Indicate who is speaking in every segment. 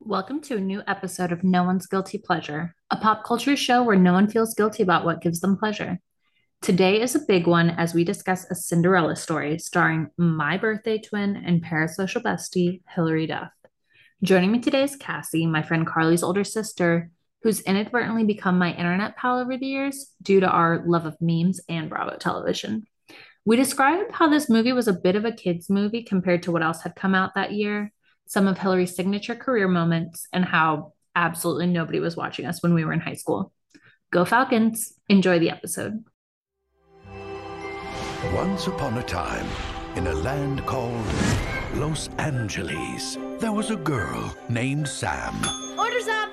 Speaker 1: Welcome to a new episode of No One's Guilty Pleasure, a pop culture show where no one feels guilty about what gives them pleasure. Today is a big one as we discuss a Cinderella story starring my birthday twin and parasocial bestie, Hilary Duff. Joining me today is Cassie, my friend Carly's older sister, who's inadvertently become my internet pal over the years due to our love of memes and Bravo television. We described how this movie was a bit of a kids' movie compared to what else had come out that year, some of Hillary's signature career moments, and how absolutely nobody was watching us when we were in high school. Go Falcons! Enjoy the episode.
Speaker 2: Once upon a time, in a land called Los Angeles, there was a girl named Sam
Speaker 3: Order's up!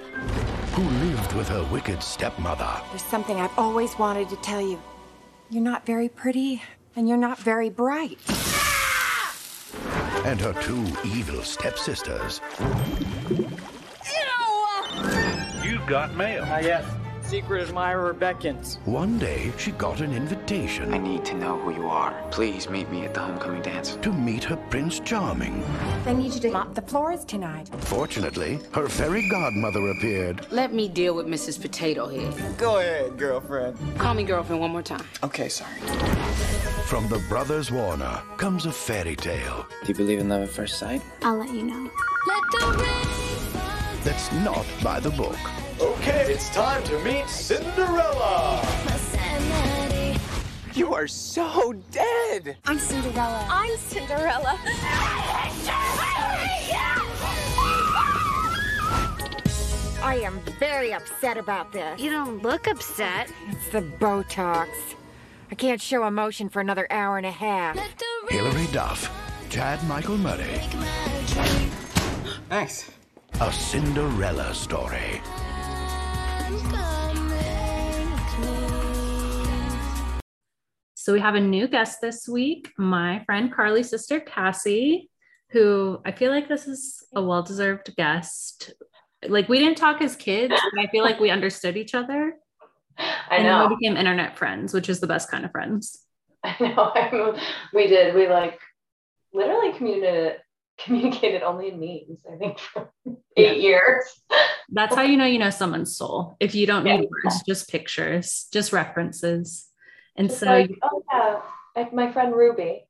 Speaker 2: who lived with her wicked stepmother.
Speaker 4: There's something I've always wanted to tell you. You're not very pretty, and you're not very bright.
Speaker 2: and her two evil stepsisters.
Speaker 5: You got mail.
Speaker 6: Ah, yes. Secret admirer beckons.
Speaker 2: One day, she got an
Speaker 7: I
Speaker 2: invitation
Speaker 7: need to know who you are. Please meet me at the homecoming dance.
Speaker 2: to meet her Prince Charming.
Speaker 4: I need you to mop the floors tonight.
Speaker 2: Fortunately, her fairy godmother appeared.
Speaker 8: Let me deal with Mrs. Potato Head.
Speaker 6: Go ahead, girlfriend.
Speaker 8: Call me girlfriend one more time.
Speaker 7: Okay, sorry.
Speaker 2: From the brothers Warner comes a fairy tale
Speaker 7: Do you believe in love at first sight?
Speaker 9: I'll let you know.
Speaker 2: that's not by the book.
Speaker 6: Okay, it's time to meet Cinderella.
Speaker 7: You are so dead!
Speaker 9: I'm Cinderella.
Speaker 3: I'm Cinderella.
Speaker 10: I am very upset about this.
Speaker 9: You don't look upset.
Speaker 4: It's the Botox. I can't show emotion for another hour and a half.
Speaker 2: Hilary Duff, Chad Michael Murray,
Speaker 7: Thanks.
Speaker 2: a Cinderella story.
Speaker 1: So we have a new guest this week, my friend Carly's sister Cassie, who I feel like this is a well-deserved guest. Like we didn't talk as kids, but I feel like we understood each other.
Speaker 11: I
Speaker 1: and then we
Speaker 11: know.
Speaker 1: became internet friends, which is the best kind of friends.
Speaker 11: I know. I'm, we did. We like literally communicated communicated only in memes. I think for eight years.
Speaker 1: That's how you know you know someone's soul. If you don't
Speaker 11: Yeah.
Speaker 1: need words, just pictures, just references. And
Speaker 11: Just
Speaker 1: so
Speaker 11: like, oh yeah, like my friend Ruby.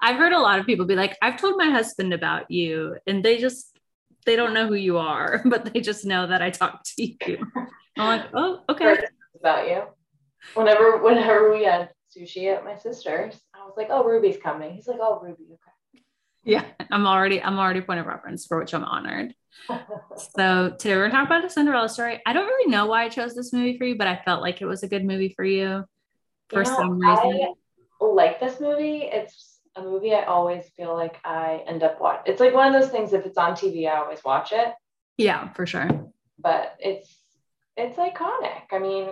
Speaker 1: I've heard a lot of people be like, I've told my husband about you, and they just they don't know who you are, but they just know that I talked to you. I'm like, oh, okay.
Speaker 11: Heard about you. Whenever whenever we had sushi at my sister's, I was like, oh Ruby's coming. He's like, oh Ruby, okay.
Speaker 1: Yeah, I'm already I'm already a point of reference for which I'm honored. So today we're gonna talk about the Cinderella story. I don't really know why I chose this movie for you, but I felt like it was a good movie for you for
Speaker 11: You know,
Speaker 1: some reason.
Speaker 11: I like this movie. It's a movie I always feel like I end up watching. It's like one of those things. If it's on TV, I always watch it.
Speaker 1: yeah, for sure.
Speaker 11: but it's it's iconic. I mean,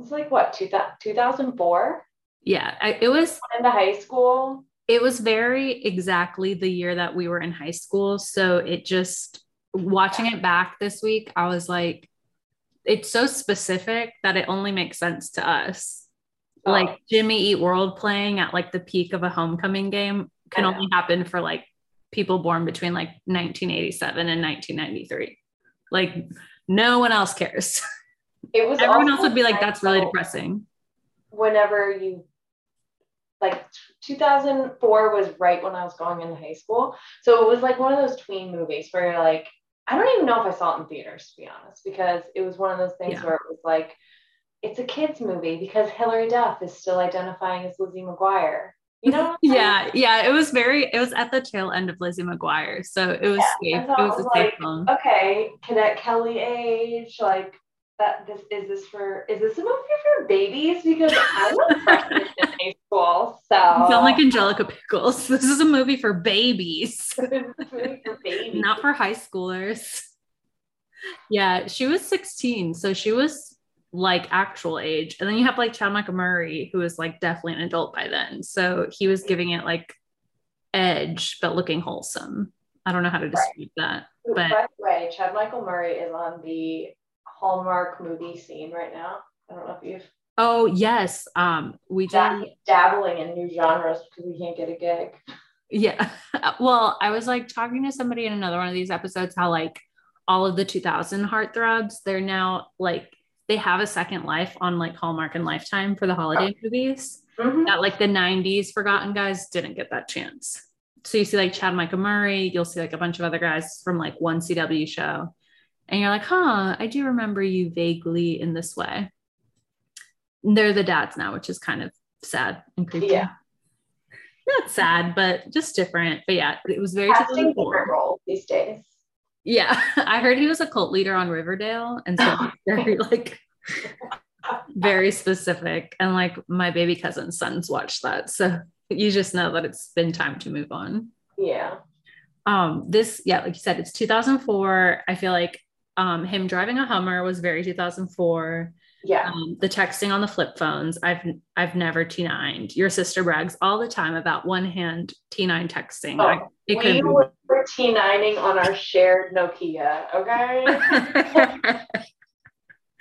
Speaker 11: it's like what 2000 2004
Speaker 1: Yeah, I, it was
Speaker 11: into high school.
Speaker 1: it was very exactly the year that we were in high school. So it just watching it back this week, I was like, it's so specific that it only makes sense to us.
Speaker 11: Oh.
Speaker 1: Like Jimmy Eat World playing at like the peak of a homecoming game can
Speaker 11: I know.
Speaker 1: only happen for like people born between like 1987 and 1993. Like no one else cares.
Speaker 11: It was
Speaker 1: Everyone else
Speaker 11: also
Speaker 1: would be like,
Speaker 11: high
Speaker 1: that's really
Speaker 11: school
Speaker 1: depressing.
Speaker 11: Whenever you like 2004 was right when I was going into high school, so it was like one of those tween movies where you're like, I don't even know if I saw it in theaters to be honest, because it was one of those things
Speaker 1: Yeah.
Speaker 11: where it was like. It's a kids movie because Hilary Duff is still identifying as Lizzie McGuire. You know? what I'm saying?
Speaker 1: Yeah, yeah. It was very, it was at the tail end of Lizzie McGuire. So it was
Speaker 11: Yeah,
Speaker 1: safe.
Speaker 11: that's
Speaker 1: It
Speaker 11: all
Speaker 1: was
Speaker 11: I
Speaker 1: a
Speaker 11: was
Speaker 1: safe
Speaker 11: like,
Speaker 1: film.
Speaker 11: okay, cadet Kelly age, like that this is this for is this a movie for babies? Because I was pregnant in high school, so
Speaker 1: You sound like Angelica Pickles. This is a movie for babies,
Speaker 11: it's really for babies.
Speaker 1: not for high schoolers. Yeah, she was 16, so she was like actual age. And then you have like Chad Michael Murray, who is like definitely an adult by then. So he was giving it like edge, but looking wholesome. I don't know how to dispute that.
Speaker 11: Ooh,
Speaker 1: but-
Speaker 11: By the way, Chad Michael Murray is on the Hallmark movie scene right now. I don't know if you've
Speaker 1: Oh yes, um, we did.
Speaker 11: dab- dabbling in new genres because we can't get a gig.
Speaker 1: Yeah. Well, I was like talking to somebody in another one of these episodes how like all of the 2000 heartthrobs, they're now like they have a second life on like Hallmark and Lifetime for the holiday movies.
Speaker 11: Mhm.
Speaker 1: That like the 90s forgotten guys didn't get that chance. So you see like Chad Michael Murray, you'll see like a bunch of other guys from like one CW show. And you're like, huh, I do remember you vaguely in this way. They're the dads now, which is kind of sad and creepy
Speaker 11: Yeah.
Speaker 1: not sad, but just different. But yeah, it was very
Speaker 11: Casting
Speaker 1: 2004.
Speaker 11: different roles these days.
Speaker 1: Yeah, I heard he was a cult leader on Riverdale, and so he's very like very specific. And like my baby cousin's sons watched that, so you just know that it's been time to move on.
Speaker 11: Yeah.
Speaker 1: Um, this yeah, like you said, it's 2004. I feel like um, him driving a Hummer was very 2004.
Speaker 11: Yeah.
Speaker 1: Um, the texting on the flip phones. I've I've never T9'd. Your sister brags all the time about one hand T9 texting.
Speaker 11: Oh,
Speaker 1: Um, I- it could
Speaker 11: we
Speaker 1: be-
Speaker 11: were T9ing on our shared Nokia, okay?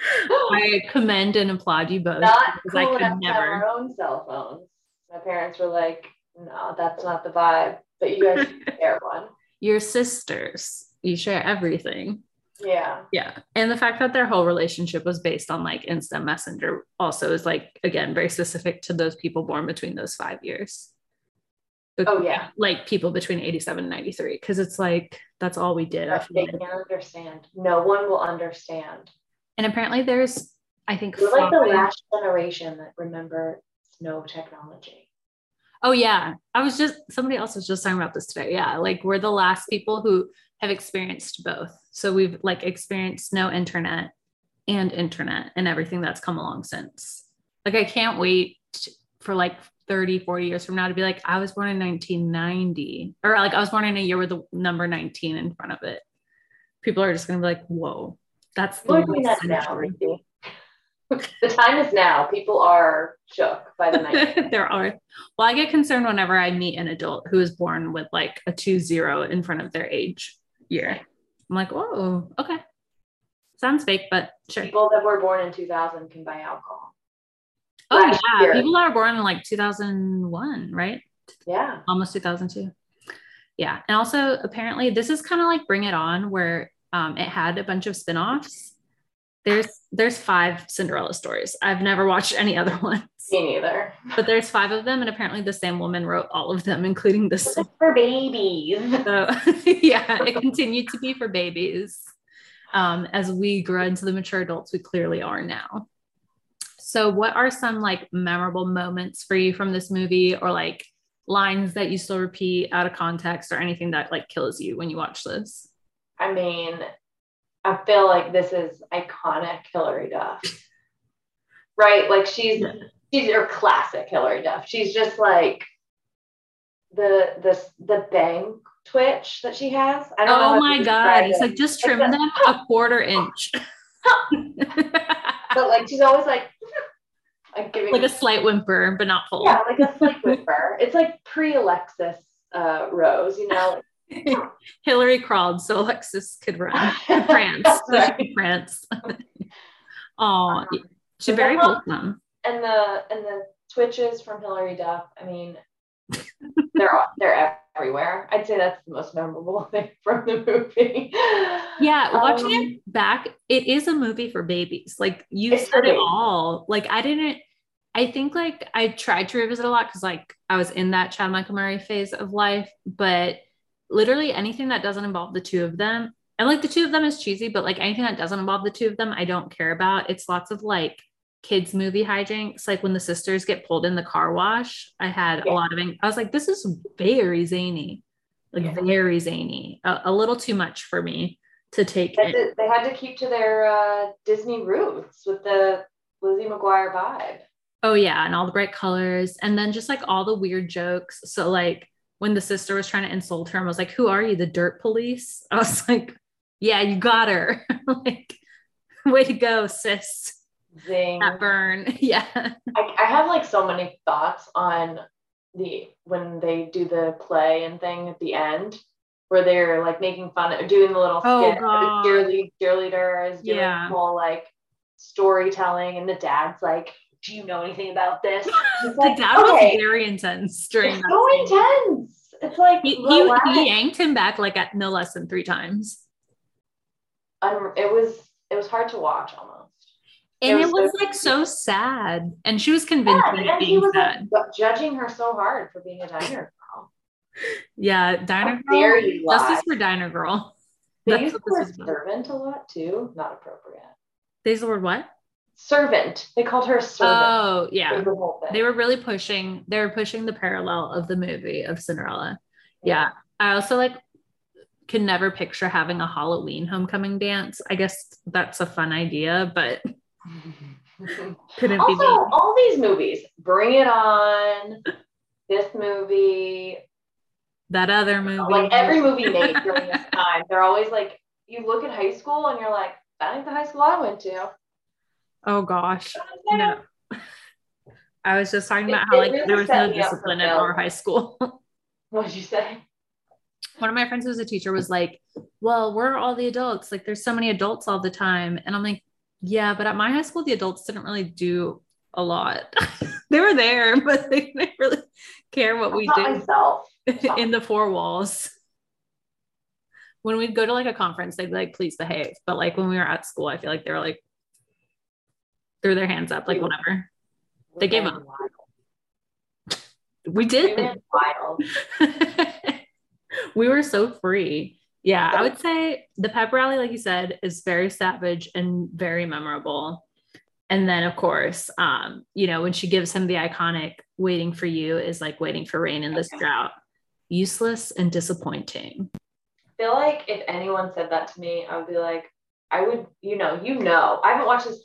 Speaker 1: I commend and applaud you both
Speaker 11: Not
Speaker 1: because
Speaker 11: cool
Speaker 1: I
Speaker 11: enough to
Speaker 1: could
Speaker 11: have
Speaker 1: never.
Speaker 11: our own cell phones. My parents were like, no, that's not the vibe, but you guys should share one.
Speaker 1: Your sisters, you share everything.
Speaker 11: Yeah.
Speaker 1: Yeah. And the fact that their whole relationship was based on like instant messenger also is like, again, very specific to those people born between those five years. But,
Speaker 11: Oh, yeah.
Speaker 1: Like people between 87 and 93, because it's like, that's all we did. I
Speaker 11: But
Speaker 1: feel
Speaker 11: They
Speaker 1: like.
Speaker 11: can't understand. No one will understand.
Speaker 1: And apparently there's, I think,
Speaker 11: We're like the
Speaker 1: five-
Speaker 11: last generation that remember no technology.
Speaker 1: Oh yeah. I was just somebody else was just talking about this today. Yeah. Like we're the last people who have experienced both. So we've like experienced no internet and internet and everything that's come along since. Like I can't wait for like 30, 40 years from now to be like, I was born in 1990. Or like I was born in a year with the number 19 in front of it. People are just gonna be like, whoa, that's the
Speaker 11: We're doing
Speaker 1: last
Speaker 11: that now.
Speaker 1: century.
Speaker 11: Lucy. the time is now. People are shook by the night.
Speaker 1: there are. Well, I get concerned whenever I meet an adult who is born with like a two zero in front of their age year. I'm like, whoa, okay. Sounds fake, but sure.
Speaker 11: People that were born in 2000 can buy alcohol.
Speaker 1: oh,
Speaker 11: last
Speaker 1: yeah.
Speaker 11: year.
Speaker 1: People that are born in like 2001, right?
Speaker 11: Yeah.
Speaker 1: Almost 2002. Yeah. And also, apparently, this is kind of like Bring It On, where um, it had a bunch of spin offs. There's there's five Cinderella stories. I've never watched any other ones,
Speaker 11: Me neither.
Speaker 1: but there's five of them, and apparently the same woman wrote all of them, including this
Speaker 11: This is for babies.
Speaker 1: So yeah, it continued to be for babies. Um, as we grow into the mature adults, we clearly are now. So, what are some like memorable moments for you from this movie, or like lines that you still repeat out of context, or anything that like kills you when you watch this?
Speaker 11: I mean, I feel like this is iconic Hillary Duff. Right? Like she's
Speaker 1: Yeah.
Speaker 11: she's your classic Hillary Duff. She's just like the the the bang twitch that she has. I don't know how
Speaker 1: Oh
Speaker 11: to
Speaker 1: my
Speaker 11: describe
Speaker 1: god! It's
Speaker 11: it.
Speaker 1: like just trim
Speaker 11: Like
Speaker 1: them a quarter inch,
Speaker 11: but like she's always like like giving
Speaker 1: like a slight whimper, but not full.
Speaker 11: yeah, like a slight whimper. It's like pre-Alexis uh, Rose, you know.
Speaker 1: Hillary crawled so Alexis could run. France.
Speaker 11: That's
Speaker 1: So she
Speaker 11: right.
Speaker 1: could France. Oh, she's
Speaker 11: but
Speaker 1: very
Speaker 11: that one-
Speaker 1: wholesome.
Speaker 11: and the and the twitches from Hillary Duff. I mean, they're all- they're everywhere. I'd say that's the most memorable thing from the movie.
Speaker 1: Yeah, watching
Speaker 11: Um,
Speaker 1: it back, it is a movie for babies. Like you
Speaker 11: It's for
Speaker 1: said it
Speaker 11: babies.
Speaker 1: all. Like I didn't. I think like I tried to revisit a lot because like I was in that Chad Michael Murray phase of life, but literally anything that doesn't involve the two of them, and like the two of them is cheesy, but like anything that doesn't involve the two of them, I don't care about. It's lots of like kids movie hijinks like when the sisters get pulled in the car wash i had a
Speaker 11: Yeah.
Speaker 1: lot of ang- i was like this is very zany like
Speaker 11: Yeah.
Speaker 1: very zany a, a little too much for me to take
Speaker 11: They had
Speaker 1: in.
Speaker 11: to, they had to keep to their uh, Disney roots with the Lizzie McGuire vibe.
Speaker 1: oh yeah and all the bright colors and then just like all the weird jokes so like when the sister was trying to insult her and was like who are you the dirt police i was like yeah you got her like way to go sis
Speaker 11: Zing.
Speaker 1: that burn yeah
Speaker 11: I, I have like so many thoughts on the when they do the play and thing at the end where they're like making fun of doing the little
Speaker 1: Oh,
Speaker 11: skit
Speaker 1: God.
Speaker 11: the cheerlead, cheerleader is doing
Speaker 1: Yeah.
Speaker 11: the whole like storytelling and the dad's like do you know anything about this
Speaker 1: the
Speaker 11: It's like,
Speaker 1: dad was
Speaker 11: okay,
Speaker 1: very intense during
Speaker 11: it's
Speaker 1: that
Speaker 11: so
Speaker 1: scene.
Speaker 11: intense it's like
Speaker 1: He, he,
Speaker 11: relax.
Speaker 1: he yanked him back like at no less than three times.
Speaker 11: Um, it was it was hard to watch almost.
Speaker 1: And
Speaker 11: It
Speaker 1: it
Speaker 11: was
Speaker 1: was
Speaker 11: so-
Speaker 1: like so sad. And she was convinced
Speaker 11: Yeah,
Speaker 1: of it
Speaker 11: and he
Speaker 1: being
Speaker 11: was like,
Speaker 1: sad.
Speaker 11: ju- judging her so hard for being a diner girl.
Speaker 1: Yeah, Diner
Speaker 11: How dare
Speaker 1: Girl.
Speaker 11: you lie?
Speaker 1: Justice for Diner Girl.
Speaker 11: They
Speaker 1: That's
Speaker 11: use the
Speaker 1: what this
Speaker 11: word
Speaker 1: was about.
Speaker 11: servant a lot too. Not appropriate.
Speaker 1: They used the word what?
Speaker 11: Servant. They called her a servant.
Speaker 1: Oh, yeah.
Speaker 11: was the whole thing.
Speaker 1: They were really pushing, they were pushing the parallel of the movie of Cinderella. Yeah. I also like can never picture having a Halloween homecoming dance. I guess that's a fun idea, but couldn't
Speaker 11: also,
Speaker 1: be me.
Speaker 11: all these movies, Bring It On, this movie,
Speaker 1: That other movie.
Speaker 11: like every movie made during this time, they're always like, you look at high school and you're like, that ain't the high school I went to.
Speaker 1: oh gosh. No. I was just talking
Speaker 11: It-
Speaker 1: about how
Speaker 11: it
Speaker 1: like
Speaker 11: really
Speaker 1: there was
Speaker 11: set
Speaker 1: no
Speaker 11: me up for
Speaker 1: discipline at
Speaker 11: failure.
Speaker 1: our high school.
Speaker 11: What did you say?
Speaker 1: One of my friends who was a teacher was like, Well, we're all the adults. Like there's so many adults all the time. And I'm like, Yeah, but at my high school, the adults didn't really do a lot. they were there, but they didn't really care what we
Speaker 11: Not
Speaker 1: did
Speaker 11: myself.
Speaker 1: in the four walls. When we'd go to like a conference, they'd be like, please behave. But like when we were at school, I feel like they were like threw their hands up, like whatever. They gave up. We
Speaker 11: We
Speaker 1: did.
Speaker 11: went wild.
Speaker 1: we were so free. Yeah, I would say the pep rally, like you said, is very savage and very memorable. And then, of course, um, you know, when she gives him the iconic waiting for you is like waiting for rain in this drought, useless and disappointing.
Speaker 11: I feel like if anyone said that to me, I would be like, I would, you know, you know. I haven't watched this.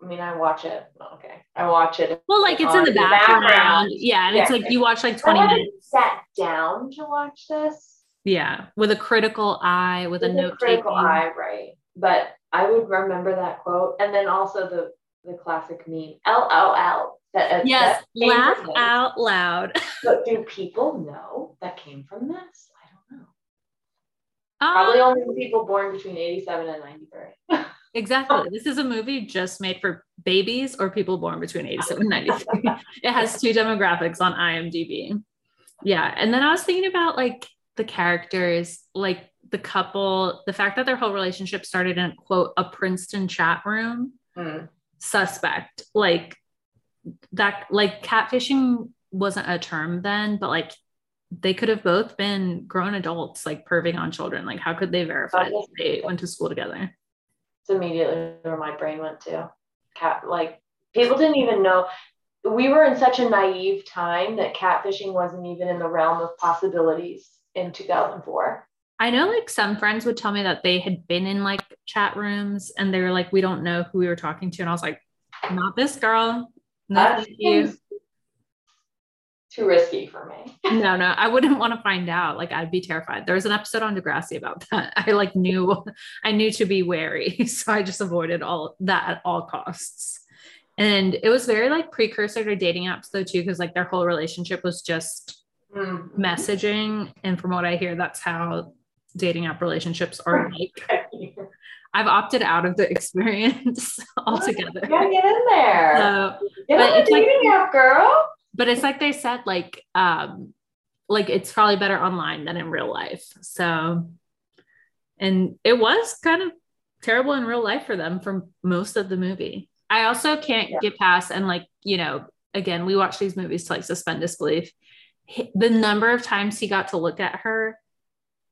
Speaker 11: I mean, I watch it. Okay. I watch it.
Speaker 1: Well, like it's in
Speaker 11: On
Speaker 1: the
Speaker 11: the
Speaker 1: background.
Speaker 11: background.
Speaker 1: Yeah. And it's
Speaker 11: Yeah.
Speaker 1: like you watch like
Speaker 11: I
Speaker 1: 20 minutes.
Speaker 11: haven't sat down to watch this.
Speaker 1: Yeah. With a critical eye, with a
Speaker 11: With a
Speaker 1: note
Speaker 11: critical
Speaker 1: taking.
Speaker 11: eye, right? But I would remember that quote, and then also the the classic meme, LOL. That, uh, that
Speaker 1: Yes.
Speaker 11: came
Speaker 1: Laugh
Speaker 11: from this.
Speaker 1: out loud.
Speaker 11: But do people know that came from this? I don't know.
Speaker 1: Ah.
Speaker 11: Probably only the people born between eighty-seven and ninety-three.
Speaker 1: Exactly. This is a movie just made for babies or people born between 87 and 93. it has two demographics on IMDb. Yeah. And then I was thinking about like the characters, like the couple, the fact that their whole relationship started in quote, a Princeton chat room,
Speaker 11: Hmm.
Speaker 1: suspect. Like that, like catfishing wasn't a term then, but like they could have both been grown adults, like perving on children. Like, how could they verify that they went to school together?
Speaker 11: It's immediately where my brain went to. Cat like people didn't even know. We were in such a naive time that catfishing wasn't even in the realm of possibilities in 2004.
Speaker 1: I know like some friends would tell me that they had been in like chat rooms and they were like, we don't know who we were talking to. And I was like, not this girl. No,
Speaker 11: That
Speaker 1: thank you.
Speaker 11: seems Too risky for me.
Speaker 1: no, no, I wouldn't want to find out. Like I'd be terrified. There was an episode on Degrassi about that. I like knew I knew to be wary. So I just avoided all that at all costs. And it was very like precursor to dating apps though, too, because like their whole relationship was just
Speaker 11: Mm.
Speaker 1: messaging. And from what I hear, that's how dating app relationships are like.
Speaker 11: you
Speaker 1: I've opted out of the experience altogether.
Speaker 11: gotta get in there.
Speaker 1: So,
Speaker 11: get
Speaker 1: Uh, but
Speaker 11: on the
Speaker 1: it's like-
Speaker 11: dating app, girl.
Speaker 1: but it's like they said, like, um, like it's probably better online than in real life. So, and it was kind of terrible in real life for them for most of the movie. I also can't
Speaker 11: Yeah.
Speaker 1: get past and like, you know, again, we watch these movies to like suspend disbelief. He- The number of times he got to look at her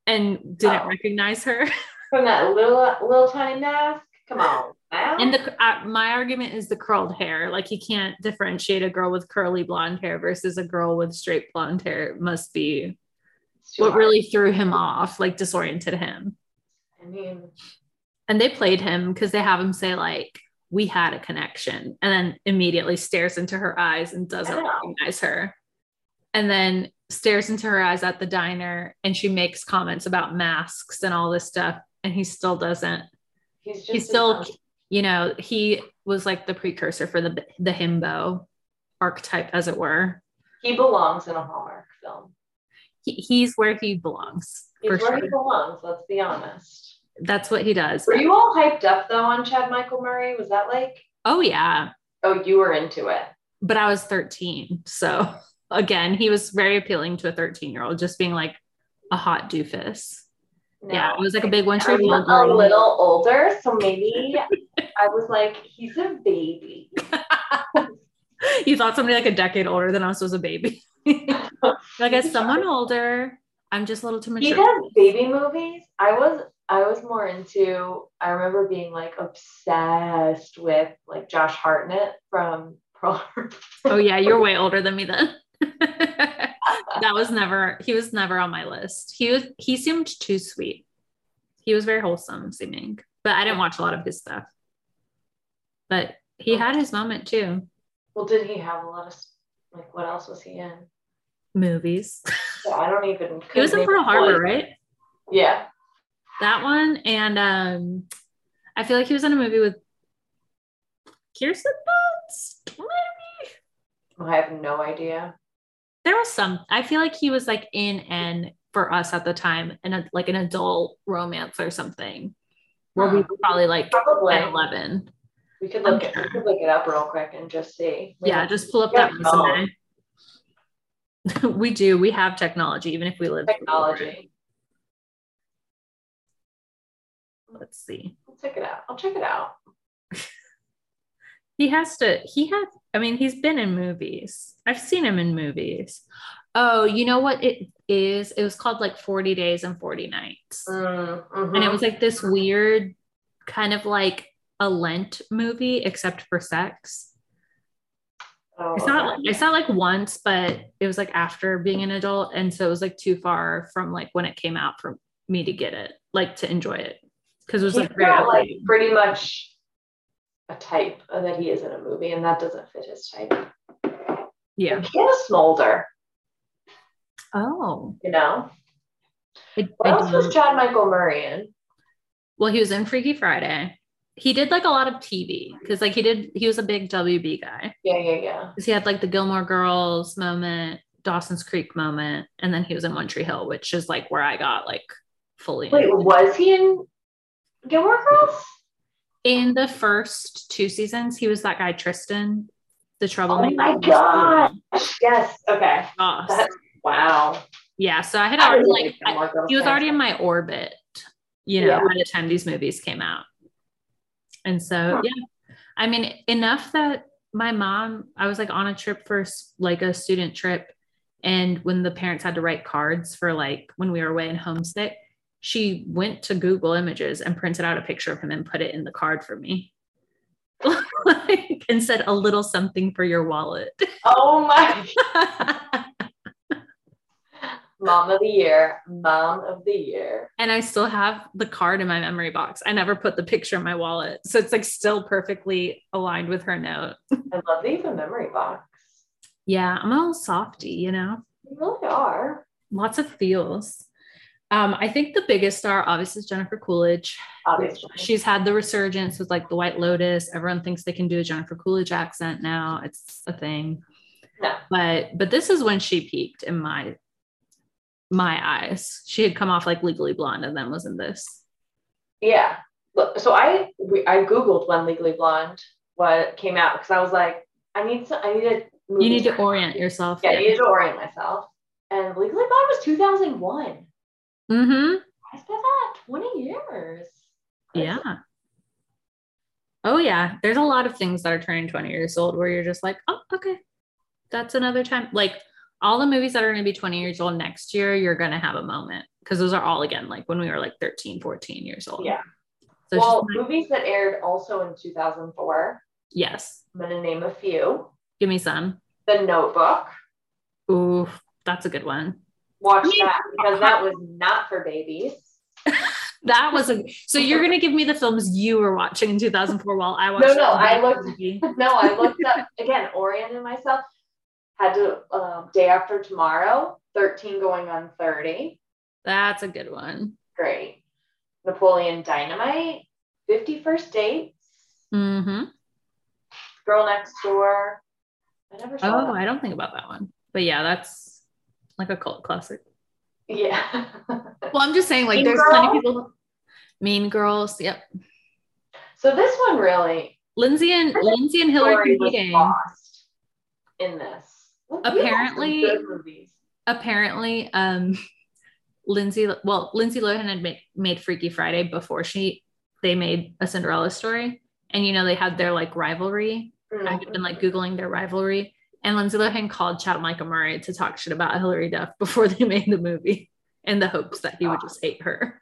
Speaker 1: and didn't
Speaker 11: Oh.
Speaker 1: recognize her.
Speaker 11: From that little little tiny mask. Come on. now.
Speaker 1: And the uh, my argument is the curled hair. Like you can't differentiate a girl with curly blonde hair versus a girl with straight blonde hair. It must be
Speaker 11: It's too
Speaker 1: what
Speaker 11: hard.
Speaker 1: really threw him off, like disoriented him.
Speaker 11: I mean,
Speaker 1: And they played him because they have him say like, "We had a connection," and then immediately stares into her eyes and doesn't
Speaker 11: I know.
Speaker 1: recognize her, and then stares into her eyes at the diner, and she makes comments about masks and all this stuff, and he still doesn't
Speaker 11: he's just
Speaker 1: he's
Speaker 11: a-
Speaker 1: still you know he was like the precursor for the the himbo archetype as it were
Speaker 11: he belongs in a Hallmark film.
Speaker 1: he, he's where he belongs
Speaker 11: He's
Speaker 1: for
Speaker 11: where
Speaker 1: sure
Speaker 11: he belongs. Let's be honest.
Speaker 1: that's what he does
Speaker 11: Were you all hyped up though on Chad Michael Murray? Was that like?
Speaker 1: oh yeah
Speaker 11: Oh, you were into it.
Speaker 1: but i was 13 so again, he was very appealing to a 13 year old, just being like a hot doofus.
Speaker 11: No.
Speaker 1: Yeah, it was like a big one
Speaker 11: I'm
Speaker 1: trick
Speaker 11: a
Speaker 1: pony girl.
Speaker 11: little older, so maybe I was like, he's a baby.
Speaker 1: you thought somebody like a decade older than us was a baby. like as someone older, I'm just a little too
Speaker 11: He
Speaker 1: mature.
Speaker 11: does baby movies. I was I was more into I remember being like obsessed with like Josh Hartnett from Pearl Harbor.
Speaker 1: Oh yeah, you're way older than me then. that was never he was never on my list. He was he seemed too sweet. He was very wholesome seeming, but I didn't watch a lot of his stuff. But he had his moment too.
Speaker 11: Well, did he have a lot of s- like what else was he in?
Speaker 1: Movies.
Speaker 11: So I don't even
Speaker 1: He was in
Speaker 11: couldn't
Speaker 1: Pearl
Speaker 11: name
Speaker 1: Harbor,
Speaker 11: one.
Speaker 1: right?
Speaker 11: Yeah.
Speaker 1: That one. And um I feel like he was in a movie with Kirsten Dunst. Maybe.
Speaker 11: I have no idea.
Speaker 1: There was some. I feel like he was like in and for us at the time, and like an adult romance or something, where we were probably like
Speaker 11: Probably.
Speaker 1: 10, 11.
Speaker 11: We could
Speaker 1: I'm
Speaker 11: look it, we could look it up real quick and just see. We
Speaker 1: Yeah,
Speaker 11: don't-
Speaker 1: just pull up
Speaker 11: Yeah,
Speaker 1: that resume. we do. We have technology, even if we live.
Speaker 11: technology.
Speaker 1: Let's see.
Speaker 11: I'll check it out. I'll check it out.
Speaker 1: He has to. He has. I mean, he's been in movies. I've seen him in movies. Oh, you know what it is? It was called like Forty Days and Forty Nights.
Speaker 11: Mm,
Speaker 1: and it
Speaker 11: mhm.
Speaker 1: was like this weird kind of like a lent movie except for sex
Speaker 11: Oh,
Speaker 1: i saw it,
Speaker 11: okay.
Speaker 1: i saw it like once but it was like after being an adult and so it was like too far from like when it came out for me to get it like to enjoy it because it was
Speaker 11: He's
Speaker 1: like very
Speaker 11: got, like
Speaker 1: outdated.
Speaker 11: pretty much a type that he is in a movie, and that doesn't fit his type.
Speaker 1: yeah
Speaker 11: He had a smolder,
Speaker 1: oh
Speaker 11: you know.
Speaker 1: I-
Speaker 11: oh. What
Speaker 1: I
Speaker 11: else was
Speaker 1: didn't-
Speaker 11: John Michael Murray in?
Speaker 1: well he was in freaky friday he did like a lot of tv because like he did he was a big wb guy
Speaker 11: Yeah, yeah, yeah.
Speaker 1: because he had like the Gilmore Girls moment, Dawson's Creek moment, and then he was in One Tree Hill, which is like where I got like fully
Speaker 11: Wait, was he in Gilmore Girls?
Speaker 1: in the first two seasons. He was that guy Tristan, the troublemaker.
Speaker 11: Oh my God. Yes. Okay.
Speaker 1: Boss.
Speaker 11: That's- Wow.
Speaker 1: Yeah, so I had
Speaker 11: I
Speaker 1: already
Speaker 11: was
Speaker 1: like
Speaker 11: like
Speaker 1: I-
Speaker 11: Gilmore Girls
Speaker 1: he was
Speaker 11: fan.
Speaker 1: already in my orbit, you know,
Speaker 11: Yeah.
Speaker 1: by the time these movies came out. And so,
Speaker 11: Huh.
Speaker 1: yeah, I mean, enough that my mom, I was like on a trip for s- like a student trip. And when the parents had to write cards for like when we were away in homesick, she went to Google Images and printed out a picture of him and put it in the card for me. like, and said, a little something for your wallet.
Speaker 11: Oh my mom of the year. Mom of the year.
Speaker 1: and I still have the card in my memory box. I never put the picture in my wallet. So it's like still perfectly aligned with her note.
Speaker 11: I love that you have a memory box.
Speaker 1: Yeah, I'm a little softy, you know,
Speaker 11: You really are.
Speaker 1: lots of feels. Um, I think the biggest star, obviously, is Jennifer Coolidge.
Speaker 11: Obviously.
Speaker 1: She's had the resurgence with like the White Lotus. Everyone thinks they can do a Jennifer Coolidge accent now. It's a thing.
Speaker 11: No.
Speaker 1: But but this is when she peaked in my my eyes. She had come off like Legally Blonde and then was in this.
Speaker 11: Yeah. Look, So I we, I googled when Legally Blonde what came out because I was like, I need to I need to
Speaker 1: You need to orient yourself.
Speaker 11: Yeah, I needed to orient myself. And Legally Blonde was 2001.
Speaker 1: Mm-hmm.
Speaker 11: I spent that 20 years.
Speaker 1: Yeah. Oh yeah. There's a lot of things that are turning 20 years old where you're just like, oh, okay. That's another time. Like all the movies that are going to be 20 years old next year, you're going to have a moment because those are all again like when we were like 13, 14 years old.
Speaker 11: Yeah.
Speaker 1: So it's
Speaker 11: well,
Speaker 1: just like,
Speaker 11: movies that aired also in 2004.
Speaker 1: yes.
Speaker 11: I'm going to name a few.
Speaker 1: Give me some.
Speaker 11: The Notebook.
Speaker 1: Ooh, that's a good one.
Speaker 11: Watch that because that was not for babies.
Speaker 1: That was a so you're gonna give me the films you were watching in 2004 while I watched.
Speaker 11: no, I looked-
Speaker 1: movie.
Speaker 11: no, I looked up again, oriented myself. Had to um, day after tomorrow, 13 going on 30.
Speaker 1: That's a good one.
Speaker 11: Great. Napoleon Dynamite, 51st Dates,
Speaker 1: Mm-hmm.
Speaker 11: Girl Next Door. I never saw
Speaker 1: Oh,
Speaker 11: that.
Speaker 1: I don't think about that one. But yeah, that's like a cult classic.
Speaker 11: Yeah.
Speaker 1: Well, I'm just saying, like,
Speaker 11: Mean
Speaker 1: there's plenty of
Speaker 11: Girls?
Speaker 1: people. Mean Girls. Yep.
Speaker 11: so this one really
Speaker 1: Lindsay and Lindsay and Hillary
Speaker 11: story was
Speaker 1: competing.
Speaker 11: lost in this. Well, you have some
Speaker 1: Apparently-
Speaker 11: good movies.
Speaker 1: apparently um lindsay well lindsay lohan had made, made freaky friday before she they made a cinderella story and you know they had their like rivalry
Speaker 11: Mm-hmm.
Speaker 1: i've been like googling their rivalry and lindsay lohan called chad michael murray to talk shit about hillary duff before they made the movie in the hopes that he would just hate her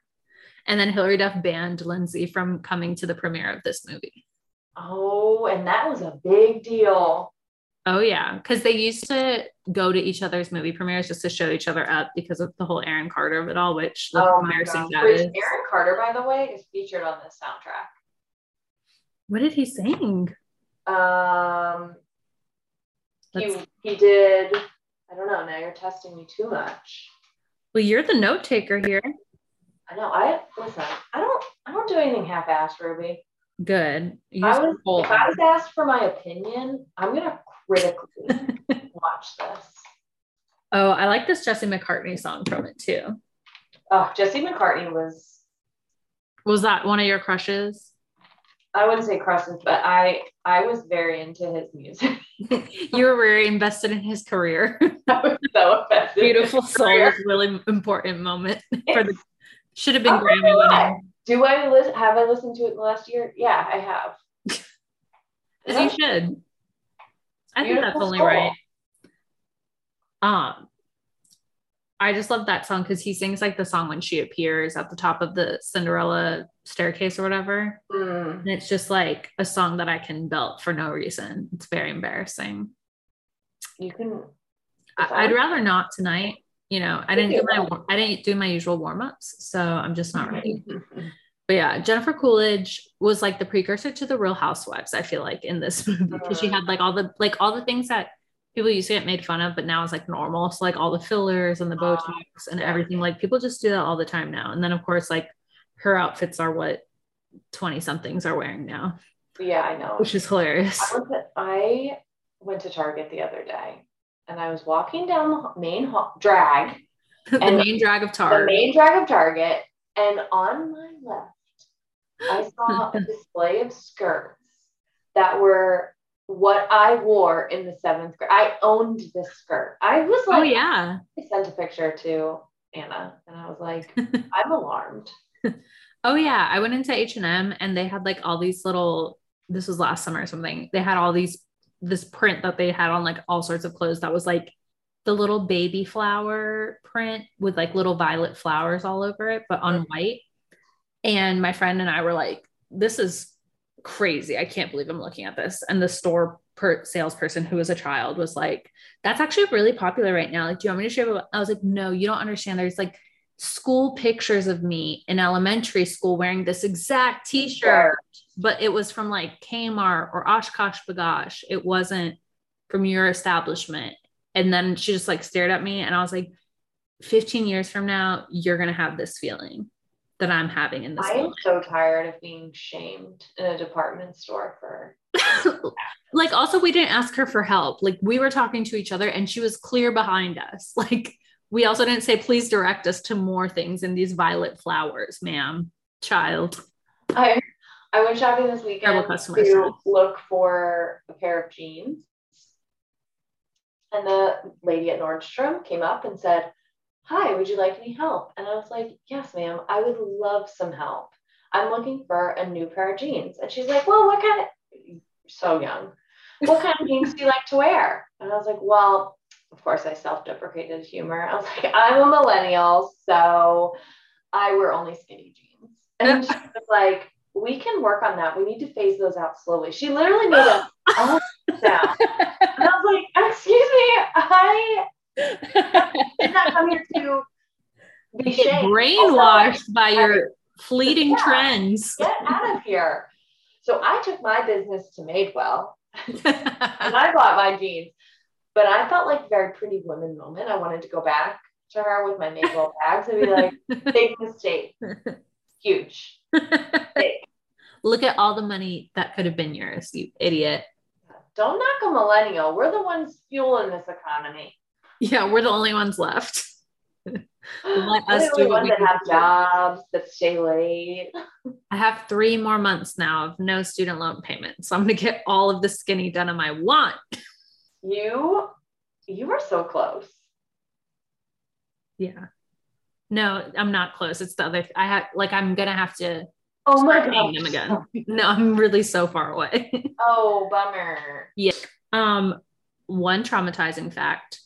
Speaker 1: and then hillary duff banned lindsay from coming to the premiere of this movie
Speaker 11: Oh, and that was a big deal.
Speaker 1: oh yeah because they used to go to each other's movie premieres just to show each other up because of the whole aaron carter of it all which look
Speaker 11: oh
Speaker 1: how
Speaker 11: my
Speaker 1: embarrassing
Speaker 11: gosh.
Speaker 1: that
Speaker 11: Which
Speaker 1: is.
Speaker 11: Aaron Carter, by the way, is featured on this soundtrack.
Speaker 1: What did he sing?
Speaker 11: Um, he,
Speaker 1: Let's-
Speaker 11: he did. I don't know. Now you're testing me too much.
Speaker 1: Well, you're the note taker here.
Speaker 11: I know. I listen. I don't. I don't do anything half-assed, Ruby.
Speaker 1: Good. You
Speaker 11: I
Speaker 1: used
Speaker 11: was,
Speaker 1: the whole-
Speaker 11: if I was asked for my opinion, I'm gonna critically watch this.
Speaker 1: oh, I like this Jesse McCartney song from it too.
Speaker 11: Oh, Jesse McCartney was.
Speaker 1: Was that one of your crushes?
Speaker 11: I wouldn't say crushes, but I I was very into his music.
Speaker 1: you were very invested in his career.
Speaker 11: I was so offended.
Speaker 1: Beautiful soul
Speaker 11: Career.
Speaker 1: is a really important moment for the should have been
Speaker 11: Oh,
Speaker 1: Grammy
Speaker 11: yeah.
Speaker 1: winner.
Speaker 11: Do I listen? Have I listened to it in the last year? Yeah, I have.
Speaker 1: As you should. I think that's
Speaker 11: Beautiful
Speaker 1: only
Speaker 11: soul.
Speaker 1: right. Um, I just love that song because he sings like the song when she appears at the top of the Cinderella staircase or whatever.
Speaker 11: Mm.
Speaker 1: And it's just like a song that I can belt for no reason. It's very embarrassing.
Speaker 11: You can.
Speaker 1: I, I'd rather not tonight. You know, I didn't do my war- I didn't do my usual warm ups, so I'm just not ready. But yeah, Jennifer Coolidge was like the precursor to the Real Housewives. I feel like in this movie because
Speaker 11: Mm.
Speaker 1: she had like all the like all the things that people used to get made fun of, but now it's like normal. So like all the fillers and the
Speaker 11: Ah,
Speaker 1: Botox and
Speaker 11: yeah.
Speaker 1: everything. Like people just do that all the time now. And then of course like her outfits are what twenty somethings are wearing now,
Speaker 11: Yeah, I know.
Speaker 1: which is hilarious.
Speaker 11: I was at- I went to Target the other day and I was walking down the ho- main hall, drag,
Speaker 1: the
Speaker 11: And
Speaker 1: main drag of
Speaker 11: the
Speaker 1: tar.
Speaker 11: main drag of Target, and on my left, I saw a display of skirts that were what I wore in the seventh grade. I owned this skirt. I was like,
Speaker 1: oh yeah.
Speaker 11: I sent a picture to Anna and I was like, I'm alarmed.
Speaker 1: Oh yeah. I went into H and M and they had like all these little. This was last summer or something. They had all these this print that they had on like all sorts of clothes that was like the little baby flower print with like little violet flowers all over it, but on white. And my friend and I were like, "This is crazy. I can't believe I'm looking at this." And the store per- salesperson who was a child was like, "That's actually really popular right now. Like, do you want me to share?" about-" I was like, "No, you don't understand. There's like." school pictures of me in elementary school wearing this exact t-shirt but it was from like Kmart or Oshkosh Bagosh. It wasn't from your establishment. And then she just like stared at me and I was like, 15 years from now, you're going to have this feeling that I'm having in this
Speaker 11: I am
Speaker 1: moment.
Speaker 11: so tired of being shamed in a department store for
Speaker 1: like, also, we didn't ask her for help. Like, we were talking to each other and she was clear behind us. Like, we also didn't say, please direct us to more things in these violet flowers, ma'am, child.
Speaker 11: I I went shopping this weekend
Speaker 1: Terrible customer
Speaker 11: to
Speaker 1: service.
Speaker 11: look for a pair of jeans. And the lady at Nordstrom came up and said, Hi, would you like any help? And I was like, Yes, ma'am, I would love some help. I'm looking for a new pair of jeans. And she's like, Well, what kind of so young. What kind of jeans do you like to wear? And I was like, well, of course, I self deprecated humor. I was like, I'm a millennial, so I wear only skinny jeans. And she was like, we can work on that. We need to phase those out slowly. She literally made a oh, sound. And I was like, excuse me, I did not come here to be
Speaker 1: Get
Speaker 11: shamed.
Speaker 1: brainwashed by your fleeting
Speaker 11: Yeah.
Speaker 1: trends.
Speaker 11: Get out of here. So I took my business to Madewell and I bought my jeans. But I felt like a very pretty woman moment. I wanted to go back to her with my Madewell bags and be like, big mistake, huge.
Speaker 1: Look at all the money that could have been yours, you idiot.
Speaker 11: Don't knock a millennial. We're the ones fueling this economy.
Speaker 1: Yeah, we're the only ones left. Let
Speaker 11: We're
Speaker 1: us
Speaker 11: the
Speaker 1: do what
Speaker 11: only ones
Speaker 1: we
Speaker 11: that
Speaker 1: can
Speaker 11: have
Speaker 1: do.
Speaker 11: jobs that stay late.
Speaker 1: I have three more months now of no student loan payments. So I'm going to get all of the skinny denim I want.
Speaker 11: You, You were so close.
Speaker 1: Yeah. No, I'm not close. It's the other. I had like I'm gonna have to.
Speaker 11: Oh my
Speaker 1: start
Speaker 11: god.
Speaker 1: seeing them again. No, I'm really so far away.
Speaker 11: Oh, bummer.
Speaker 1: um, one traumatizing fact: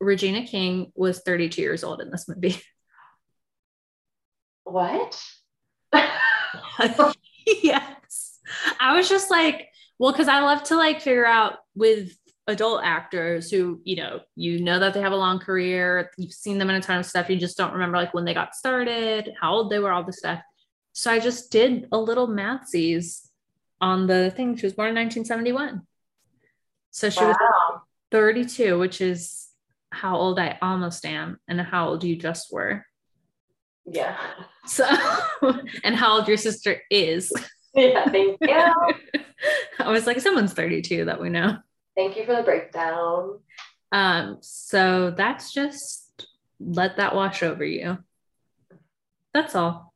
Speaker 1: Regina King was 32 years old in this movie.
Speaker 11: What?
Speaker 1: yes. I was just like, well, because I love to like figure out with adult actors who, you know, you know that they have a long career, you've seen them in a ton of stuff, you just don't remember like when they got started, how old they were, all this stuff. So I just did a little mathsies on the thing. She was born in 1971. So she was
Speaker 11: wow.
Speaker 1: 32, which is how old I almost am and how old you just were.
Speaker 11: Yeah.
Speaker 1: So, and how old your sister is.
Speaker 11: Yeah. Thank you.
Speaker 1: I was like, someone's 32 that we know.
Speaker 11: Thank you for the breakdown.
Speaker 1: Um, so that's just let that wash over you. That's all.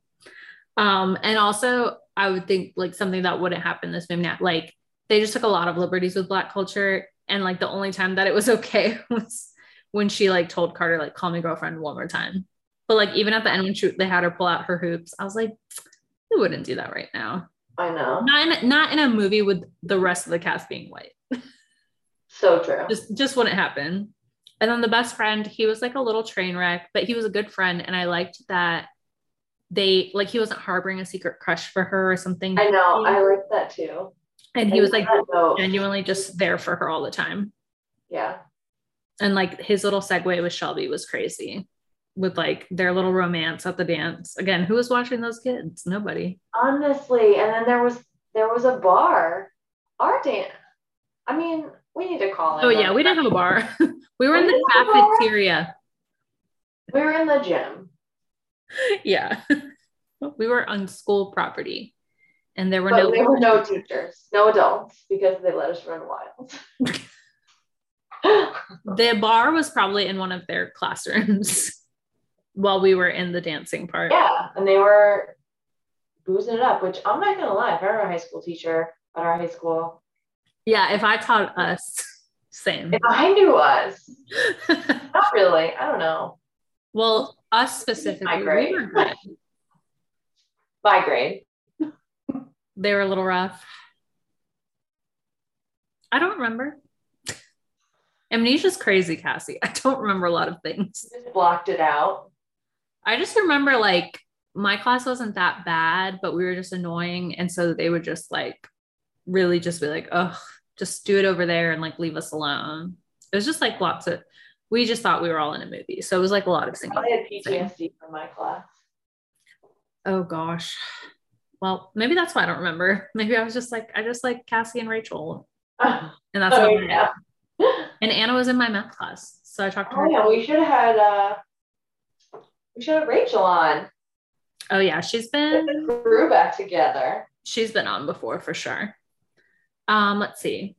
Speaker 1: Um, and also I would think like something that wouldn't happen in this movie now, like they just took a lot of liberties with black culture. And like the only time that it was okay was when she like told Carter, like, call me girlfriend one more time. But like even at the end when she, they had her pull out her hoops, I was like, we wouldn't do that right now.
Speaker 11: I know.
Speaker 1: Not in, not in a movie with the rest of the cast being white
Speaker 11: So true.
Speaker 1: just just wouldn't happen. And then the best friend, he was like a little train wreck, but he was a good friend, and I liked that they like he wasn't harboring a secret crush for her or something,
Speaker 11: I know. I like that too.
Speaker 1: and he was like
Speaker 11: no.
Speaker 1: genuinely just there for her all the time.
Speaker 11: Yeah.
Speaker 1: And like his little segue with Shelby was crazy, with like their little romance at the dance. Again, who was watching those kids? Nobody.
Speaker 11: Honestly, and then there was there was a bar. Our dance. I mean, we need to call it.
Speaker 1: Oh yeah, we didn't have a bar. we were in the
Speaker 11: We didn't have a bar?
Speaker 1: cafeteria.
Speaker 11: We were in the gym.
Speaker 1: Yeah, we were on school property, and there were
Speaker 11: but
Speaker 1: no
Speaker 11: there were no teachers, no adults, because they let us run wild.
Speaker 1: The bar was probably in one of their classrooms while we were in the dancing part.
Speaker 11: yeah, and they were boozing it up, which I'm not gonna lie, if I were a high school teacher at our high school,
Speaker 1: Yeah, if I taught us, same.
Speaker 11: if I knew us, not really, I don't know,
Speaker 1: well, us specifically, we
Speaker 11: Migrate.
Speaker 1: were good.
Speaker 11: by grade.
Speaker 1: They were a little rough. I don't remember. Amnesia's crazy, Cassie. I don't remember a lot of things.
Speaker 11: Just blocked it out.
Speaker 1: I just remember like my class wasn't that bad, but we were just annoying. And so they would just like really just be like, oh, just do it over there and like leave us alone. It was just like lots of, we just thought we were all in a movie. So it was like a lot of
Speaker 11: I
Speaker 1: singing.
Speaker 11: had PTSD from my class.
Speaker 1: Oh gosh. Well, maybe that's why I don't remember. Maybe I was just like, I just like Cassie and Rachel. And that's
Speaker 11: oh,
Speaker 1: all I
Speaker 11: yeah.
Speaker 1: had. And Anna was in my math class. So I talked to
Speaker 11: oh
Speaker 1: her.
Speaker 11: yeah, we should have had uh we should have Rachel on.
Speaker 1: Oh yeah. She's
Speaker 11: Get
Speaker 1: been
Speaker 11: the crew back together.
Speaker 1: she's been on before for sure. Um, let's see.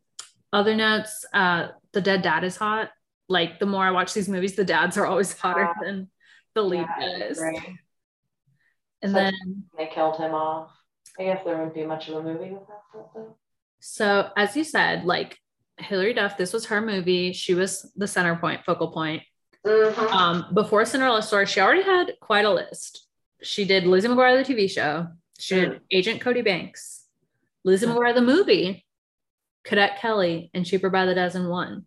Speaker 1: Other notes, uh, the dead dad is hot. Like the more I watch these movies, the dads are always hotter
Speaker 11: Yeah.
Speaker 1: than the lead is.
Speaker 11: Right.
Speaker 1: And
Speaker 11: So-
Speaker 1: then
Speaker 11: They killed him off. I guess there wouldn't be much of a movie without that though.
Speaker 1: so as you said, like Hilary Duff, this was her movie. She was the center point, focal point.
Speaker 11: Mhm.
Speaker 1: Um, before Cinderella Story, she already had quite a list. She did Lizzie McGuire, the TV show. She
Speaker 11: Mm.
Speaker 1: did Agent Cody Banks, Lizzie McGuire, the movie, Cadet Kelly, and Cheaper by the Dozen One.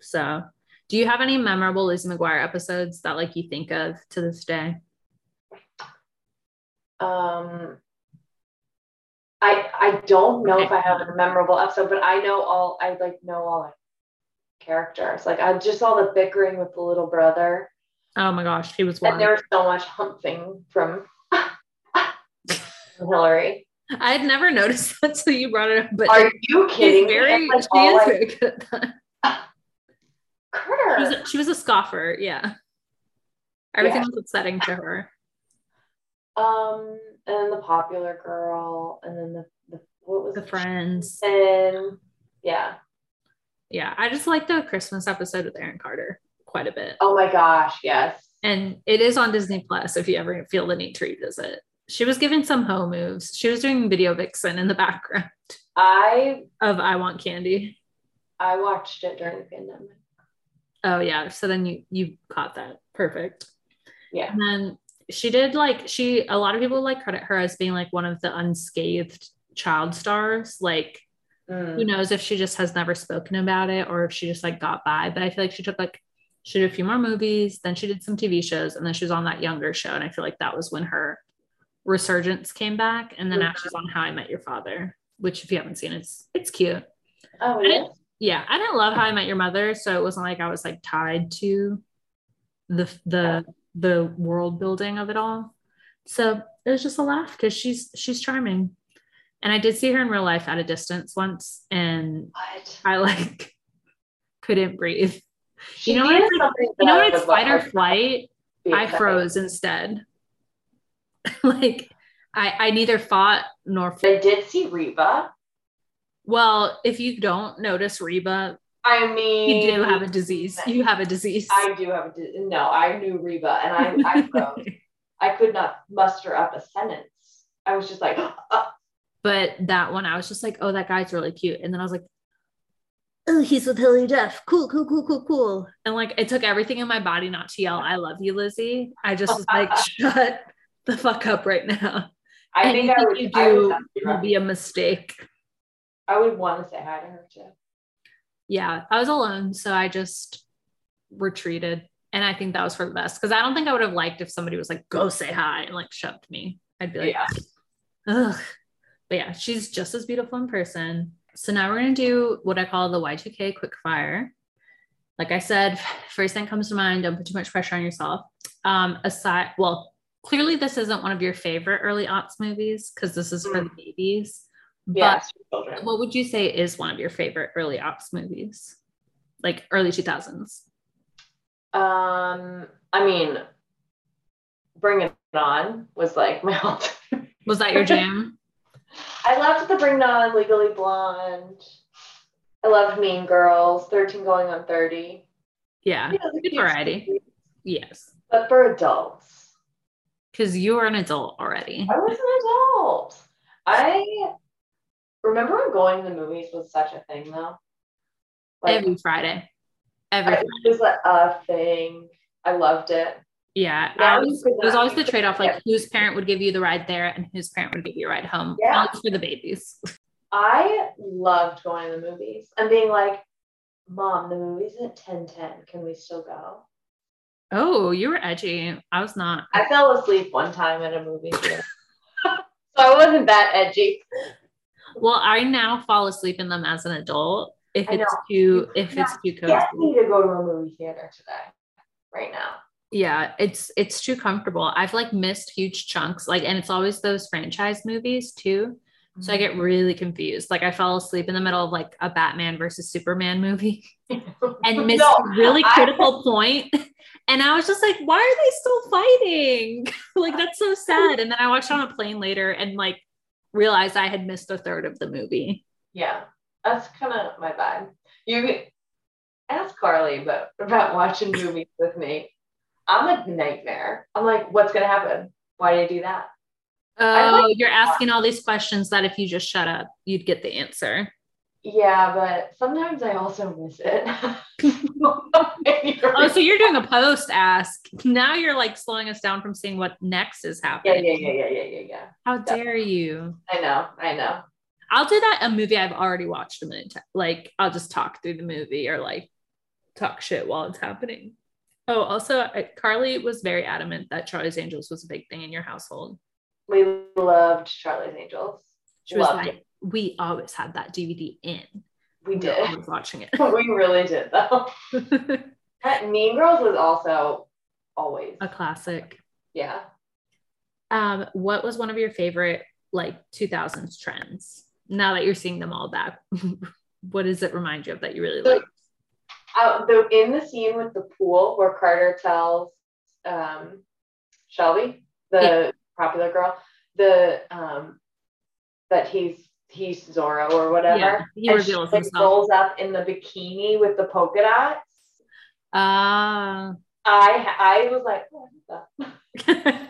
Speaker 1: So, do you have any memorable Lizzie McGuire episodes that like you think of to this day?
Speaker 11: Um, I I don't know if I have a memorable episode, but I know all I like know all like characters. Like I just saw the bickering with the little brother,
Speaker 1: Oh my gosh, he was
Speaker 11: and there
Speaker 1: one.
Speaker 11: was so much humping from Hillary.
Speaker 1: I had never noticed that till you brought it up, but
Speaker 11: Are you
Speaker 1: she's
Speaker 11: kidding
Speaker 1: very,
Speaker 11: me? That's,
Speaker 1: she
Speaker 11: all
Speaker 1: is
Speaker 11: I-
Speaker 1: very good at that. She was,
Speaker 11: Carter.
Speaker 1: a, she was a scoffer, yeah. Everything
Speaker 11: Yeah.
Speaker 1: was upsetting to her.
Speaker 11: Um, and then the popular girl, and then the, the what was
Speaker 1: The friends.
Speaker 11: And yeah.
Speaker 1: Yeah, I just like the Christmas episode with Aaron Carter quite a bit.
Speaker 11: Oh my gosh, yes.
Speaker 1: And it is on Disney Plus if you ever feel the need to revisit. She was giving some hoe moves. She was doing video vixen in the background
Speaker 11: I
Speaker 1: of I Want Candy.
Speaker 11: I watched it during the pandemic.
Speaker 1: Oh yeah. So then you you caught that. Perfect.
Speaker 11: Yeah.
Speaker 1: And then she did like she a lot of people like credit her as being like one of the unscathed child stars. Like who
Speaker 11: Mm.
Speaker 1: knows if she just has never spoken about it or if she just like got by. But I feel like she took like she did a few more movies, then she did some TV shows, and then she was on that younger show. And I feel like that was when her resurgence came back. And then now she's on How I Met Your Father, which if you haven't seen, it's it's cute.
Speaker 11: Oh,
Speaker 1: I
Speaker 11: yeah.
Speaker 1: didn't- yeah, I didn't love How I Met Your Mother, so it wasn't like I was like tied to the the the world building of it all. So it was just a laugh because she's she's charming, and I did see her in real life at a distance once, and
Speaker 11: What?
Speaker 1: I like couldn't breathe.
Speaker 11: She
Speaker 1: know what
Speaker 11: did
Speaker 1: it's like-
Speaker 11: something
Speaker 1: You know
Speaker 11: that
Speaker 1: when it's
Speaker 11: was, like,
Speaker 1: fight or flight, I
Speaker 11: exciting.
Speaker 1: froze instead. like I I neither fought nor
Speaker 11: I did see Reba.
Speaker 1: well. If you don't notice Reba,
Speaker 11: I mean,
Speaker 1: you do have a disease. You have a disease.
Speaker 11: I do have a di- no. I knew Reba, and I I, froze. I could not muster up a sentence. I was just like, uh,
Speaker 1: But that one, I was just like, oh, that guy's really cute. And then I was like, oh, he's with Hilary Duff. Cool, cool, cool, cool, cool. And like, it took everything in my body not to yell, I love you, Lizzie. I just was like, shut the fuck up right now.
Speaker 11: I think I
Speaker 1: Anything
Speaker 11: would,
Speaker 1: you
Speaker 11: I would
Speaker 1: do
Speaker 11: not be
Speaker 1: It would
Speaker 11: right.
Speaker 1: be a mistake.
Speaker 11: I would want to say hi to her too.
Speaker 1: Yeah, I was alone. So I just retreated. And I think that was for the best because I don't think I would have liked if somebody was like, go say hi and like shoved me. I'd be like,
Speaker 11: yeah.
Speaker 1: Ugh. But yeah, she's just as beautiful in person. So now we're gonna do what I call the Y2K quick fire. Like I said, first thing comes to mind, don't put too much pressure on yourself. Um, aside, well, clearly this isn't one of your favorite early aughts movies because this is
Speaker 11: Mm.
Speaker 1: for the babies. But
Speaker 11: Yes, children.
Speaker 1: what would you say is one of your favorite early aughts movies? Like early 2000s.
Speaker 11: Um, I mean, Bring It On was like my all.
Speaker 1: Was that your jam?
Speaker 11: I loved the Bring It On, Legally Blonde. I loved Mean Girls, Thirteen Going on Thirty.
Speaker 1: yeah.
Speaker 11: You know, the
Speaker 1: Good
Speaker 11: cute
Speaker 1: variety.
Speaker 11: movies,
Speaker 1: Yes.
Speaker 11: But for adults,
Speaker 1: Because you are an adult already.
Speaker 11: I was an adult. I remember when going to the movies was such a thing though. Like
Speaker 1: Every Friday. Every
Speaker 11: it was a, a thing. I loved it.
Speaker 1: Yeah.
Speaker 11: Now
Speaker 1: I
Speaker 11: you
Speaker 1: was,
Speaker 11: could
Speaker 1: it was
Speaker 11: not
Speaker 1: always the
Speaker 11: make
Speaker 1: trade off
Speaker 11: that
Speaker 1: like whose parent would give you the ride there and whose parent would give you a ride home.
Speaker 11: Yeah.
Speaker 1: Always for the babies.
Speaker 11: I loved going to the movies and being like, Mom, the movie's at 10 10. Can we still go?
Speaker 1: Oh, you were edgy. I was not.
Speaker 11: I fell asleep one time at a movie theater. so I wasn't that edgy.
Speaker 1: Well, I now fall asleep in them as an adult if
Speaker 11: I
Speaker 1: it's
Speaker 11: know.
Speaker 1: too
Speaker 11: You
Speaker 1: if it's too cozy.
Speaker 11: Get me to go to a movie theater today, right now.
Speaker 1: Yeah, it's it's too comfortable. I've like missed huge chunks like and it's always those franchise movies too. So I get
Speaker 11: Mm-hmm.
Speaker 1: really confused. Like I fell asleep in the middle of like a Batman versus Superman movie. and missed
Speaker 11: No,
Speaker 1: a really
Speaker 11: I-
Speaker 1: critical point. And I was just like, why are they still fighting? like, that's so sad. And then I watched it on a plane later and like realized I had missed a third of the movie.
Speaker 11: Yeah, that's kind of my vibe. You can ask Carly about, about watching movies with me. I'm a nightmare. I'm like, what's going to happen? Why do you do that?
Speaker 1: Oh,
Speaker 11: like-
Speaker 1: you're asking all these questions that if you just shut up, you'd get the answer.
Speaker 11: Yeah, but sometimes I also miss it.
Speaker 1: Oh, so you're doing a post ask. Now you're like slowing us down from seeing what next is
Speaker 11: yeah, yeah,
Speaker 1: happening.
Speaker 11: yeah, yeah, yeah, yeah, yeah.
Speaker 1: How dare you?
Speaker 11: I know, I know.
Speaker 1: I'll do that a movie I've already watched a minute. ti- Like I'll just talk through the movie or like talk shit while it's happening. Oh, also I- Carly was very adamant that Charlie's Angels was a big thing in your household.
Speaker 11: We loved Charlie's Angels.
Speaker 1: She was
Speaker 11: Loved
Speaker 1: like, "We always had that DVD in. We
Speaker 11: We
Speaker 1: were
Speaker 11: did.
Speaker 1: always watching
Speaker 11: we really did, though.
Speaker 1: it."
Speaker 11: That Mean Girls was also always.
Speaker 1: a classic.
Speaker 11: Yeah.
Speaker 1: Um, what was one of your favorite like 2000s trends? Now that you're seeing them all back, what does it remind you of that you really
Speaker 11: So-
Speaker 1: like?
Speaker 11: out Uh, the in the scene with the pool where Carter tells um, Shelby, the
Speaker 1: Yeah.
Speaker 11: popular girl, the um, that he's he's Zorro or whatever.
Speaker 1: Yeah, he
Speaker 11: and
Speaker 1: reveals
Speaker 11: she like,
Speaker 1: himself.
Speaker 11: rolls up in the bikini with the polka dots.
Speaker 1: Ah,
Speaker 11: I I was like, oh, what the-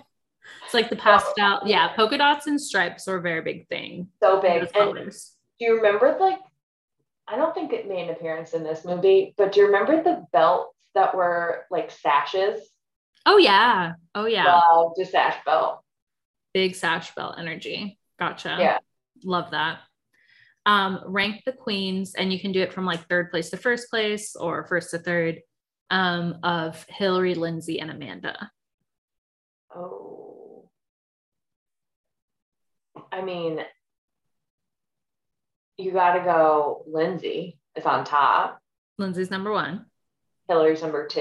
Speaker 1: it's like the pastel. Yeah, polka dots and stripes were a very big thing.
Speaker 11: so
Speaker 1: Those
Speaker 11: big. And
Speaker 1: colors.
Speaker 11: do you remember like I don't think it made an appearance in this movie, but do you remember the belt that were like sashes.
Speaker 1: Oh yeah. Oh yeah.
Speaker 11: Loved a sash belt.
Speaker 1: Big sash belt energy. Gotcha.
Speaker 11: Yeah.
Speaker 1: Love that. Um, rank the queens, and you can do it from like third place to first place or first to third um, of Hillary, Lindsay, and Amanda.
Speaker 11: Oh. I mean, you got to go. Lindsay is on top.
Speaker 1: Lindsay's number one.
Speaker 11: Hillary's number two.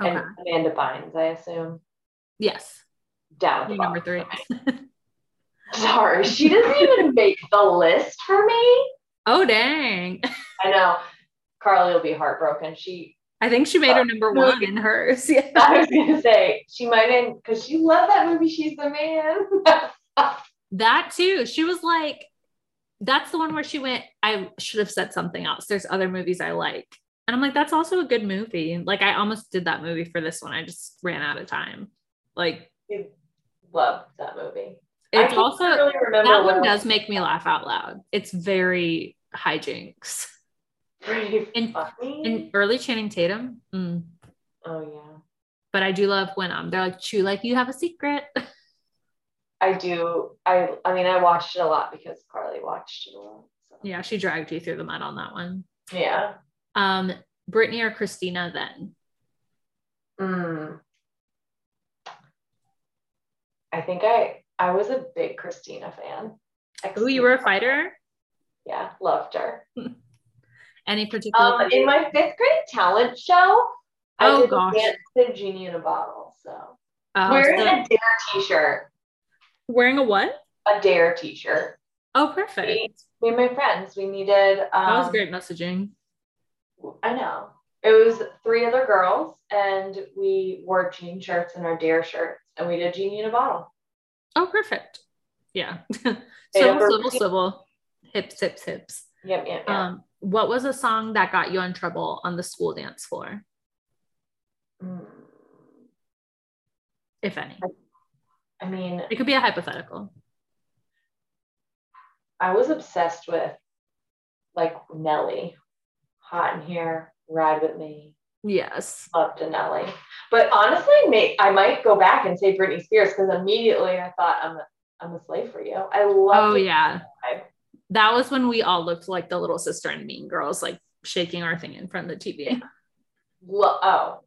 Speaker 1: Okay.
Speaker 11: And Amanda Bynes, I assume,
Speaker 1: yes.
Speaker 11: down at the
Speaker 1: You're number
Speaker 11: bottom.
Speaker 1: three.
Speaker 11: Sorry, she doesn't even make the list for me.
Speaker 1: oh dang.
Speaker 11: I know. Carly will be heartbroken. She,
Speaker 1: I think she made her
Speaker 11: Oh,
Speaker 1: number one in hers. Yeah.
Speaker 11: I was gonna say, she might end because she loved that movie. She's the man.
Speaker 1: That too. She was like, that's the one where she went, I should have said something else. There's other movies I like. And I'm like, that's also a good movie. Like, I almost did that movie for this one. I just ran out of time. Like,
Speaker 11: she loved that movie. I
Speaker 1: it's
Speaker 11: can't
Speaker 1: also,
Speaker 11: really remember
Speaker 1: that
Speaker 11: what
Speaker 1: one
Speaker 11: it
Speaker 1: does make me laugh out loud. It's very hijinks.
Speaker 11: Pretty
Speaker 1: And-
Speaker 11: funny.
Speaker 1: And early Channing Tatum. mm.
Speaker 11: oh yeah.
Speaker 1: But I do love when um, they're like, chew, like, you have a secret.
Speaker 11: I do. I I mean I watched it a lot because Carly watched it a lot. So.
Speaker 1: yeah, she dragged you through the mud on that one.
Speaker 11: Yeah.
Speaker 1: Um, Brittany or Christina then?
Speaker 11: Mm. I think I I was a big Christina fan.
Speaker 1: Ooh, you were a fighter?
Speaker 11: Yeah, loved her.
Speaker 1: Any particular?
Speaker 11: Um, in my fifth grade talent show,
Speaker 1: Oh,
Speaker 11: I did
Speaker 1: gosh.
Speaker 11: a dance to Genie in a Bottle. So
Speaker 1: Uh,
Speaker 11: wearing
Speaker 1: so-
Speaker 11: a Dare T-shirt,
Speaker 1: wearing a what?
Speaker 11: a Dare T-shirt.
Speaker 1: Oh, perfect.
Speaker 11: Me, me and my friends, we needed. Um,
Speaker 1: that was great messaging.
Speaker 11: I know. It was three other girls, and we wore jean shirts and our Dare shirts, and we did Genie in a Bottle.
Speaker 1: Oh, perfect. Yeah. swivel,
Speaker 11: Yeah, for-
Speaker 1: swivel, swivel. Hips, hips, hips.
Speaker 11: Yep, yep, yep.
Speaker 1: Um, what was a song that got you in trouble on the school dance floor,
Speaker 11: Mm.
Speaker 1: if any?
Speaker 11: I mean,
Speaker 1: It could be a hypothetical.
Speaker 11: I was obsessed with like Nelly, Hot in Here, Ride with Me.
Speaker 1: Yes.
Speaker 11: loved a Nelly. But honestly, may, I might go back and say Britney Spears because immediately I thought I'm a, I'm a slave for you. I love.
Speaker 1: Oh, yeah.
Speaker 11: Okay.
Speaker 1: That was when we all looked like the little sister and mean girls, like shaking our thing in front of the TV.
Speaker 11: Lo- oh,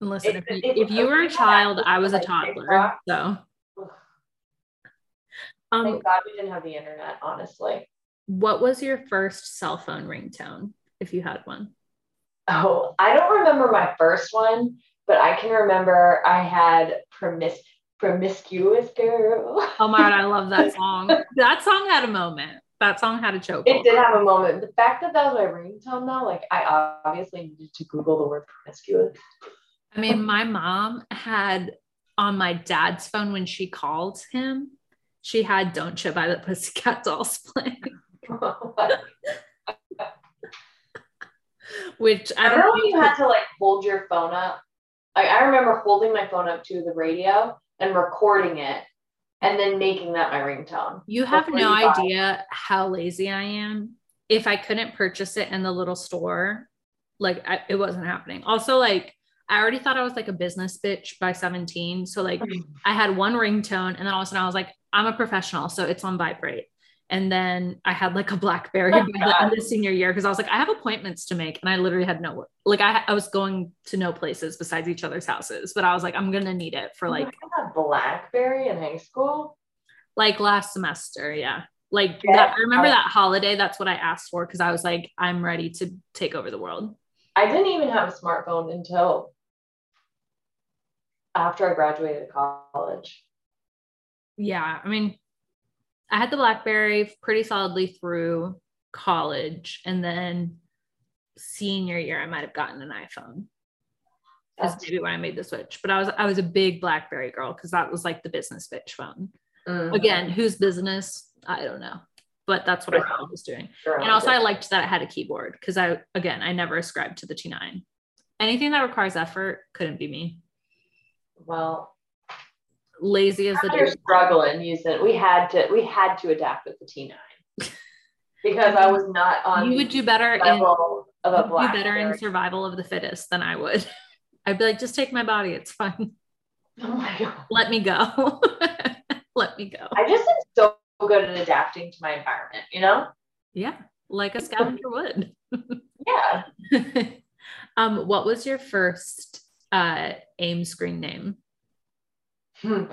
Speaker 1: And listen,
Speaker 11: It-
Speaker 1: if,
Speaker 11: it-
Speaker 1: you, if you were a
Speaker 11: yeah,
Speaker 1: child,
Speaker 11: it's
Speaker 1: I was a
Speaker 11: like
Speaker 1: toddler.
Speaker 11: TikTok.
Speaker 1: So,
Speaker 11: Ugh.
Speaker 1: um,
Speaker 11: thank God we didn't have the internet. Honestly.
Speaker 1: what was your first cell phone ringtone, if you had one?
Speaker 11: Oh, I don't remember my first one, but I can remember I had promis promiscuous girl.
Speaker 1: Oh my god, I love that song. that song had a moment. That song had a choke.
Speaker 11: It did have a moment. The fact that that was my ringtone, though, like I obviously needed to Google the word promiscuous.
Speaker 1: I mean, my mom had on my dad's phone when she called him, she had "Don't You" by the Pussycat Dolls playing, which I
Speaker 11: I remember when
Speaker 1: don't
Speaker 11: you
Speaker 1: know.
Speaker 11: had to like hold your phone up. Like I remember holding my phone up to the radio and recording it and then making that my ringtone.
Speaker 1: You have
Speaker 11: before
Speaker 1: no
Speaker 11: you buy.
Speaker 1: idea how lazy I am. If I couldn't purchase it in the little store, like I, it wasn't happening. Also, like I already thought I was like a business bitch by 17. So like I had one ringtone, and then all of a sudden I was like, I'm a professional, so it's on vibrate. And then I had like a BlackBerry by the end of senior year because I was like, I have appointments to make, and I literally had no like I I was going to no places besides each other's houses, but I was like, I'm gonna need it
Speaker 11: Oh
Speaker 1: for like
Speaker 11: I had a Blackberry in high school.
Speaker 1: like last semester yeah like
Speaker 11: Yeah.
Speaker 1: that, i remember that holiday that's what i asked for because i was like i'm ready to take over the world
Speaker 11: I didn't even have a smartphone until after I graduated college.
Speaker 1: yeah i mean i had the blackberry pretty solidly through college and then senior year i might have gotten an iphone that's
Speaker 11: That's-
Speaker 1: maybe when i made the switch but i was i was a big blackberry girl because that was like the business bitch phone
Speaker 11: Mm,
Speaker 1: again whose business i don't know but that's what i thought I was doing
Speaker 11: sure.
Speaker 1: And also, I liked that it had a keyboard because I, again, I never ascribed to the two nine. Anything that requires effort couldn't be me.
Speaker 11: well,
Speaker 1: Lazy as the
Speaker 11: after
Speaker 1: day.
Speaker 11: struggling using we had to we had to adapt with the T9. because I was not on
Speaker 1: You would do better in
Speaker 11: the level of a
Speaker 1: you would
Speaker 11: black.
Speaker 1: do better in
Speaker 11: berry.
Speaker 1: survival of the fittest than I would. I'd be like, just take my body. It's fine.
Speaker 11: Oh my god!
Speaker 1: Let me go. Let me go.
Speaker 11: I just am so good at adapting to my environment. You know?
Speaker 1: Yeah, like a scavenger would.
Speaker 11: Yeah.
Speaker 1: um, what was your first uh, AIM screen name?
Speaker 11: Hmm.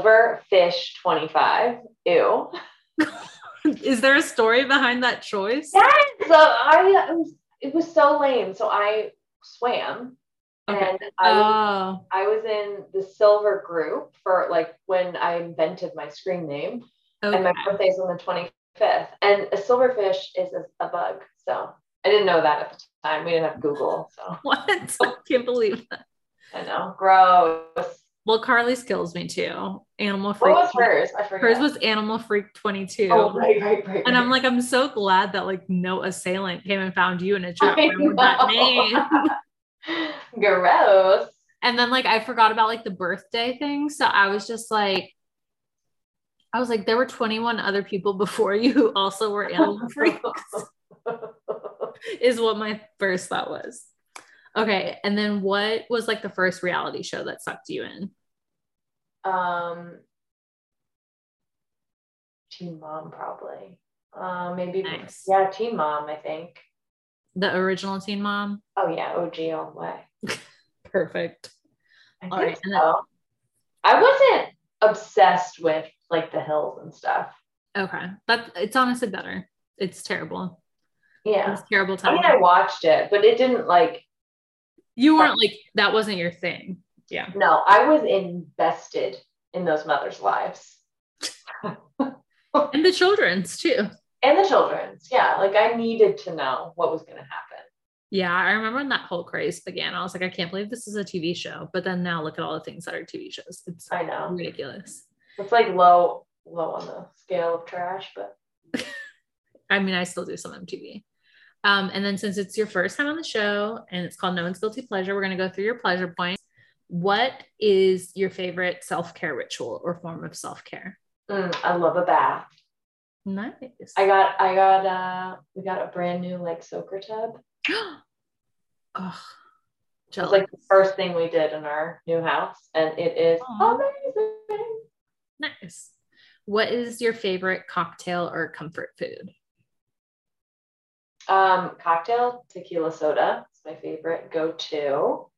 Speaker 11: Silverfish twenty five. Ew.
Speaker 1: Is there a story behind that choice?
Speaker 11: Yes. So I it was, it was so lame. So I swam
Speaker 1: Okay.
Speaker 11: and I was
Speaker 1: Oh,
Speaker 11: I was in the silver group for like when I invented my screen name, and
Speaker 1: Oh, okay.
Speaker 11: my birthday's on the 25th. And a silverfish is a, a bug, so I didn't know that at the time. We didn't have Google, so
Speaker 1: What? I can't believe that.
Speaker 11: I know. Gross.
Speaker 1: Well, Carly's kills me too. Animal
Speaker 11: What
Speaker 1: Freak.
Speaker 11: was hers? I forget.
Speaker 1: Hers was Animal Freak 22.
Speaker 11: Oh, right, right, right.
Speaker 1: And I'm
Speaker 11: right.
Speaker 1: like, I'm so glad that like no assailant came and found you in a chat
Speaker 11: I
Speaker 1: room with that
Speaker 11: know.
Speaker 1: name.
Speaker 11: gross.
Speaker 1: And then like I forgot about like the birthday thing. So I was just like, I was like, there were 21 other people before you who also were animal freaks, is what my first thought was. Okay. And then what was like the first reality show that sucked you in?
Speaker 11: um, Teen Mom probably. Uh, maybe
Speaker 1: Nice.
Speaker 11: yeah, Teen Mom. I think.
Speaker 1: The original Teen Mom?
Speaker 11: Oh yeah, OG all the way.
Speaker 1: Perfect.
Speaker 11: I
Speaker 1: All
Speaker 11: think
Speaker 1: right, and then-
Speaker 11: so. I wasn't obsessed with like the hills and stuff.
Speaker 1: Okay. That it's honestly better. It's terrible.
Speaker 11: Yeah.
Speaker 1: It's terrible
Speaker 11: I
Speaker 1: time.
Speaker 11: mean, I watched it, but it didn't like,
Speaker 1: you weren't like that wasn't your thing.
Speaker 11: no, I was invested in those mothers' lives
Speaker 1: And the children's too.
Speaker 11: and the children's. Yeah. Like I needed to know what was going to happen.
Speaker 1: Yeah, I remember when that whole craze began. I was like, I can't believe this is a TV show. But then now look at all the things that are TV shows. It's
Speaker 11: I know.
Speaker 1: ridiculous.
Speaker 11: It's like low, low on the scale of trash, but
Speaker 1: I mean, I still do some MTV. Um, and then since it's your first time on the show and it's called No One's Guilty Pleasure, we're going to go through your pleasure points. What is your favorite self care ritual or form of self care?
Speaker 11: mm, I love a bath.
Speaker 1: Nice.
Speaker 11: I got, I got, uh, we got a brand new like soaker tub.
Speaker 1: Ugh,
Speaker 11: It was
Speaker 1: jealous.
Speaker 11: like the first thing we did in our new house, and it is
Speaker 1: Aw.
Speaker 11: amazing.
Speaker 1: nice. What is your favorite cocktail or comfort food?
Speaker 11: Um, cocktail tequila soda is my favorite go-to.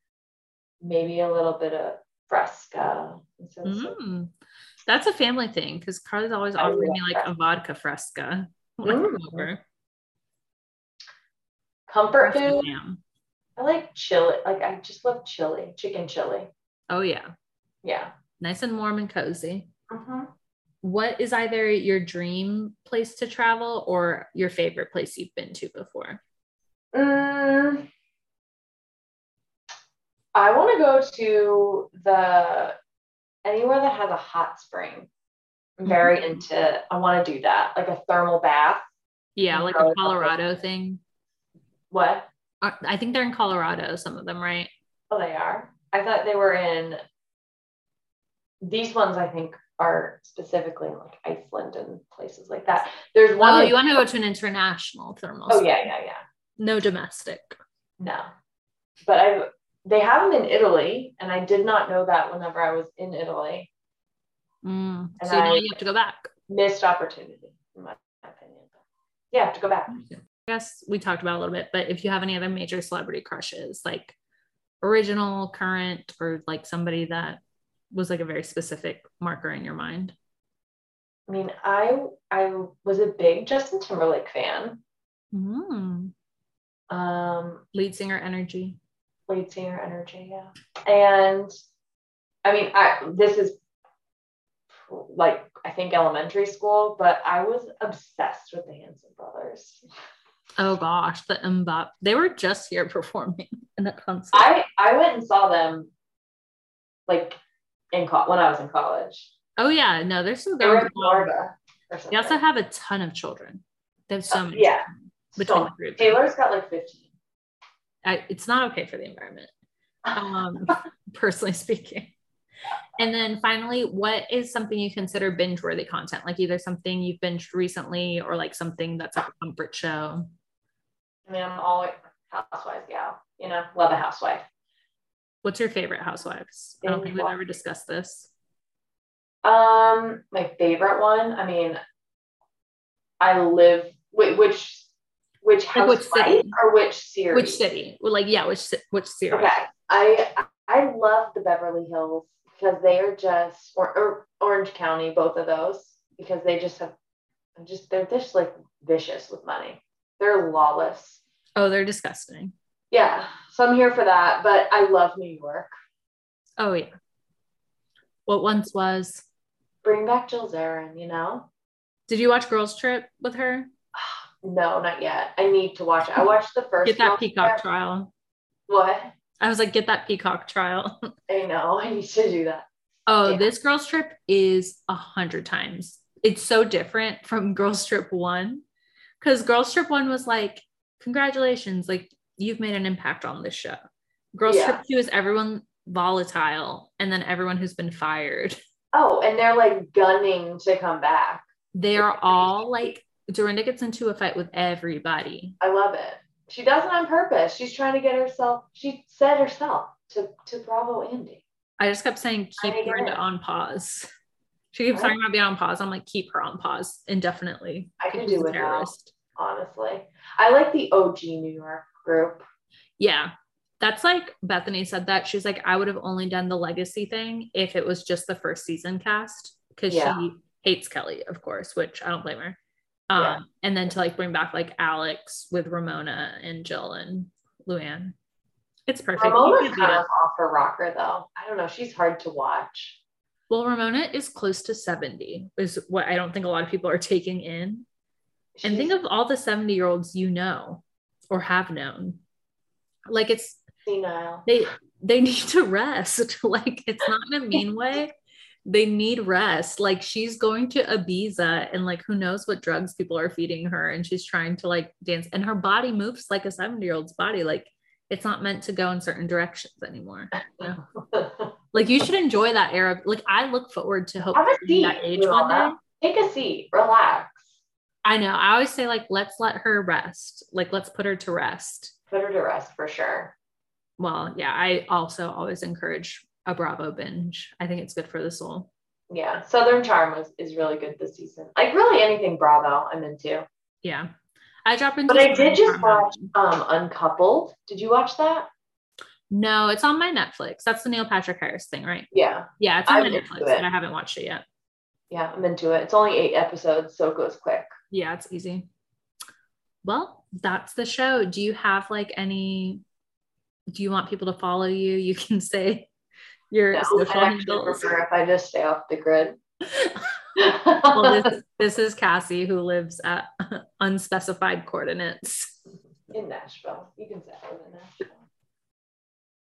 Speaker 11: Maybe a little bit of Fresca. And so- so-
Speaker 1: Mm. That's a family thing because Carly's always
Speaker 11: I
Speaker 1: offering me
Speaker 11: love
Speaker 1: like a vodka fresca when I come
Speaker 11: Mm.
Speaker 1: over.
Speaker 11: Comfort
Speaker 1: Fresca
Speaker 11: food.
Speaker 1: jam.
Speaker 11: I like chili. Like I just love chili, chicken chili.
Speaker 1: Oh yeah,
Speaker 11: Yeah.
Speaker 1: nice and warm and cozy.
Speaker 11: Mhm.
Speaker 1: What is either your dream place to travel or your favorite place you've been to before?
Speaker 11: Mm. I want to go to the anywhere that has a hot spring. I'm very
Speaker 1: Mhm.
Speaker 11: into. I want to do that, like a thermal bath.
Speaker 1: Yeah, like a
Speaker 11: Colorado.
Speaker 1: Colorado thing.
Speaker 11: What?
Speaker 1: Uh, I think they're in Colorado. Some of them, right?
Speaker 11: Oh, they are. I thought they were in these ones. I think are specifically in like Iceland and places like that. There's one.
Speaker 1: Oh,
Speaker 11: in-
Speaker 1: you want to go to an international thermal?
Speaker 11: oh
Speaker 1: spa.
Speaker 11: yeah, yeah, yeah.
Speaker 1: No domestic.
Speaker 11: No, but I they have them in Italy, and I did not know that whenever I was in Italy.
Speaker 1: Mm.
Speaker 11: And
Speaker 1: So now
Speaker 11: I-
Speaker 1: you have to go back.
Speaker 11: Missed opportunity, in my opinion. Yeah, have to go back.
Speaker 1: I guess we talked about it a little bit, but if you have any other major celebrity crushes, like original, current, or like somebody that was like a very specific marker in your mind.
Speaker 11: I mean, I I was a big Justin Timberlake fan.
Speaker 1: Mm.
Speaker 11: Um,
Speaker 1: Lead singer energy.
Speaker 11: lead singer energy yeah and i mean i this is like i think elementary school but i was obsessed with the hanson brothers
Speaker 1: Oh gosh, the Mbop. They were just here performing in that concert.
Speaker 11: i i went and saw them like in co- when i was in college
Speaker 1: oh yeah, no, they're still
Speaker 11: they were
Speaker 1: going.
Speaker 11: in florida or
Speaker 1: They
Speaker 11: something.
Speaker 1: also have a ton of children. They have so
Speaker 11: Uh,
Speaker 1: many.
Speaker 11: yeah
Speaker 1: children
Speaker 11: so
Speaker 1: Between the group.
Speaker 11: taylor's got like 15
Speaker 1: Oh. I, it's not okay for the environment, um, personally speaking. And then finally, what is something you consider binge worthy content? Like either something you've binged recently or like something that's like a comfort show.
Speaker 11: I mean, I'm always housewives gal. You know, love a housewife.
Speaker 1: What's your favorite Housewives? I don't think we've ever discussed this.
Speaker 11: Um, my favorite one. I mean, I live wait, which which
Speaker 1: Like, which
Speaker 11: housewife
Speaker 1: city?
Speaker 11: or which series?
Speaker 1: Which city? Well, like yeah, which ci- which series?
Speaker 11: Okay, I I love the Beverly Hills because they are just or, or Orange County, both of those because they just have I'm just they're just like vicious with money. They're lawless.
Speaker 1: Oh, they're disgusting.
Speaker 11: Yeah, so I'm here for that. But I love New York.
Speaker 1: Oh yeah. What once was?
Speaker 11: Bring back Jill Zarin, you know?
Speaker 1: Did you watch Girls Trip with her?
Speaker 11: No, not yet. I need to watch it. I watched the first.
Speaker 1: Get that
Speaker 11: one.
Speaker 1: peacock trial.
Speaker 11: What?
Speaker 1: I was like, get that peacock trial.
Speaker 11: I know. I need to do that.
Speaker 1: Oh,
Speaker 11: Yeah.
Speaker 1: this girls trip is a hundred times. It's so different from girls trip one. Cause girls trip one was like, congratulations, like you've made an impact on this show. Girls
Speaker 11: Yeah.
Speaker 1: trip two is everyone volatile and then everyone who's been fired.
Speaker 11: Oh, and they're like gunning to come back.
Speaker 1: They are all like Dorinda gets into a fight with everybody.
Speaker 11: I love it. She does it on purpose. She's trying to get herself. She said herself to to Bravo Andy.
Speaker 1: I just kept saying keep
Speaker 11: I get
Speaker 1: Dorinda
Speaker 11: it.
Speaker 1: on pause. She keeps
Speaker 11: Right.
Speaker 1: talking about being on pause. I'm like, keep her on pause indefinitely.
Speaker 11: I can
Speaker 1: She's
Speaker 11: do
Speaker 1: a
Speaker 11: without.
Speaker 1: terrorist.
Speaker 11: Honestly, I like the OG New York group.
Speaker 1: Yeah. That's like Bethany said that. She's like, I would have only done the legacy thing if it was just the first season cast because
Speaker 11: Yeah.
Speaker 1: she hates Kelly, of course, which I don't blame her. Um,
Speaker 11: Yeah.
Speaker 1: And then to like bring back like Alex with Ramona and Jill and Luann. It's perfect. You
Speaker 11: Ramona's
Speaker 1: could beat
Speaker 11: kind of
Speaker 1: it.
Speaker 11: off her rocker though. I don't know. She's hard to watch.
Speaker 1: Well, Ramona is close to 70, is what I don't think a lot of people are taking in. and
Speaker 11: She's-
Speaker 1: think of all the 70 year olds you know or have known. Like it's
Speaker 11: senile.
Speaker 1: they they need to rest like it's not in a mean way they need rest like she's going to ibiza and like who knows what drugs people are feeding her and she's trying to like dance and her body moves like a 70 year old's body like it's not meant to go in certain directions anymore like you should enjoy that era like i look forward to hope
Speaker 11: Have a
Speaker 1: being that
Speaker 11: seat,
Speaker 1: age
Speaker 11: you
Speaker 1: one
Speaker 11: all
Speaker 1: day
Speaker 11: have. Take a seat. Relax.
Speaker 1: i know i always say like let's let her rest like let's put her to rest
Speaker 11: Put her to rest for sure.
Speaker 1: well yeah i also always encourage a bravo binge i think it's good for the soul
Speaker 11: Yeah, Southern Charm was, is really good this season. Like really anything Bravo, I'm into.
Speaker 1: Yeah. I drop into
Speaker 11: But I
Speaker 1: Southern
Speaker 11: did just
Speaker 1: Charm.
Speaker 11: watch um Uncoupled. Did you watch that?
Speaker 1: No, it's on my Netflix. That's the Neil Patrick Harris thing, right?
Speaker 11: Yeah,
Speaker 1: Yeah, it's on
Speaker 11: I'm
Speaker 1: my
Speaker 11: into
Speaker 1: Netflix,
Speaker 11: it.
Speaker 1: but I haven't watched it yet.
Speaker 11: yeah, I'm into it. It's only eight episodes, so it goes quick.
Speaker 1: Yeah, it's easy. Well, that's the show. Do you have like any do you want people to follow you? You can say your
Speaker 11: No,
Speaker 1: social
Speaker 11: I actually
Speaker 1: handles.
Speaker 11: prefer if I just stay off the grid.
Speaker 1: well, this, this is Cassie who lives at unspecified coordinates.
Speaker 11: in Nashville, you can say I live in Nashville.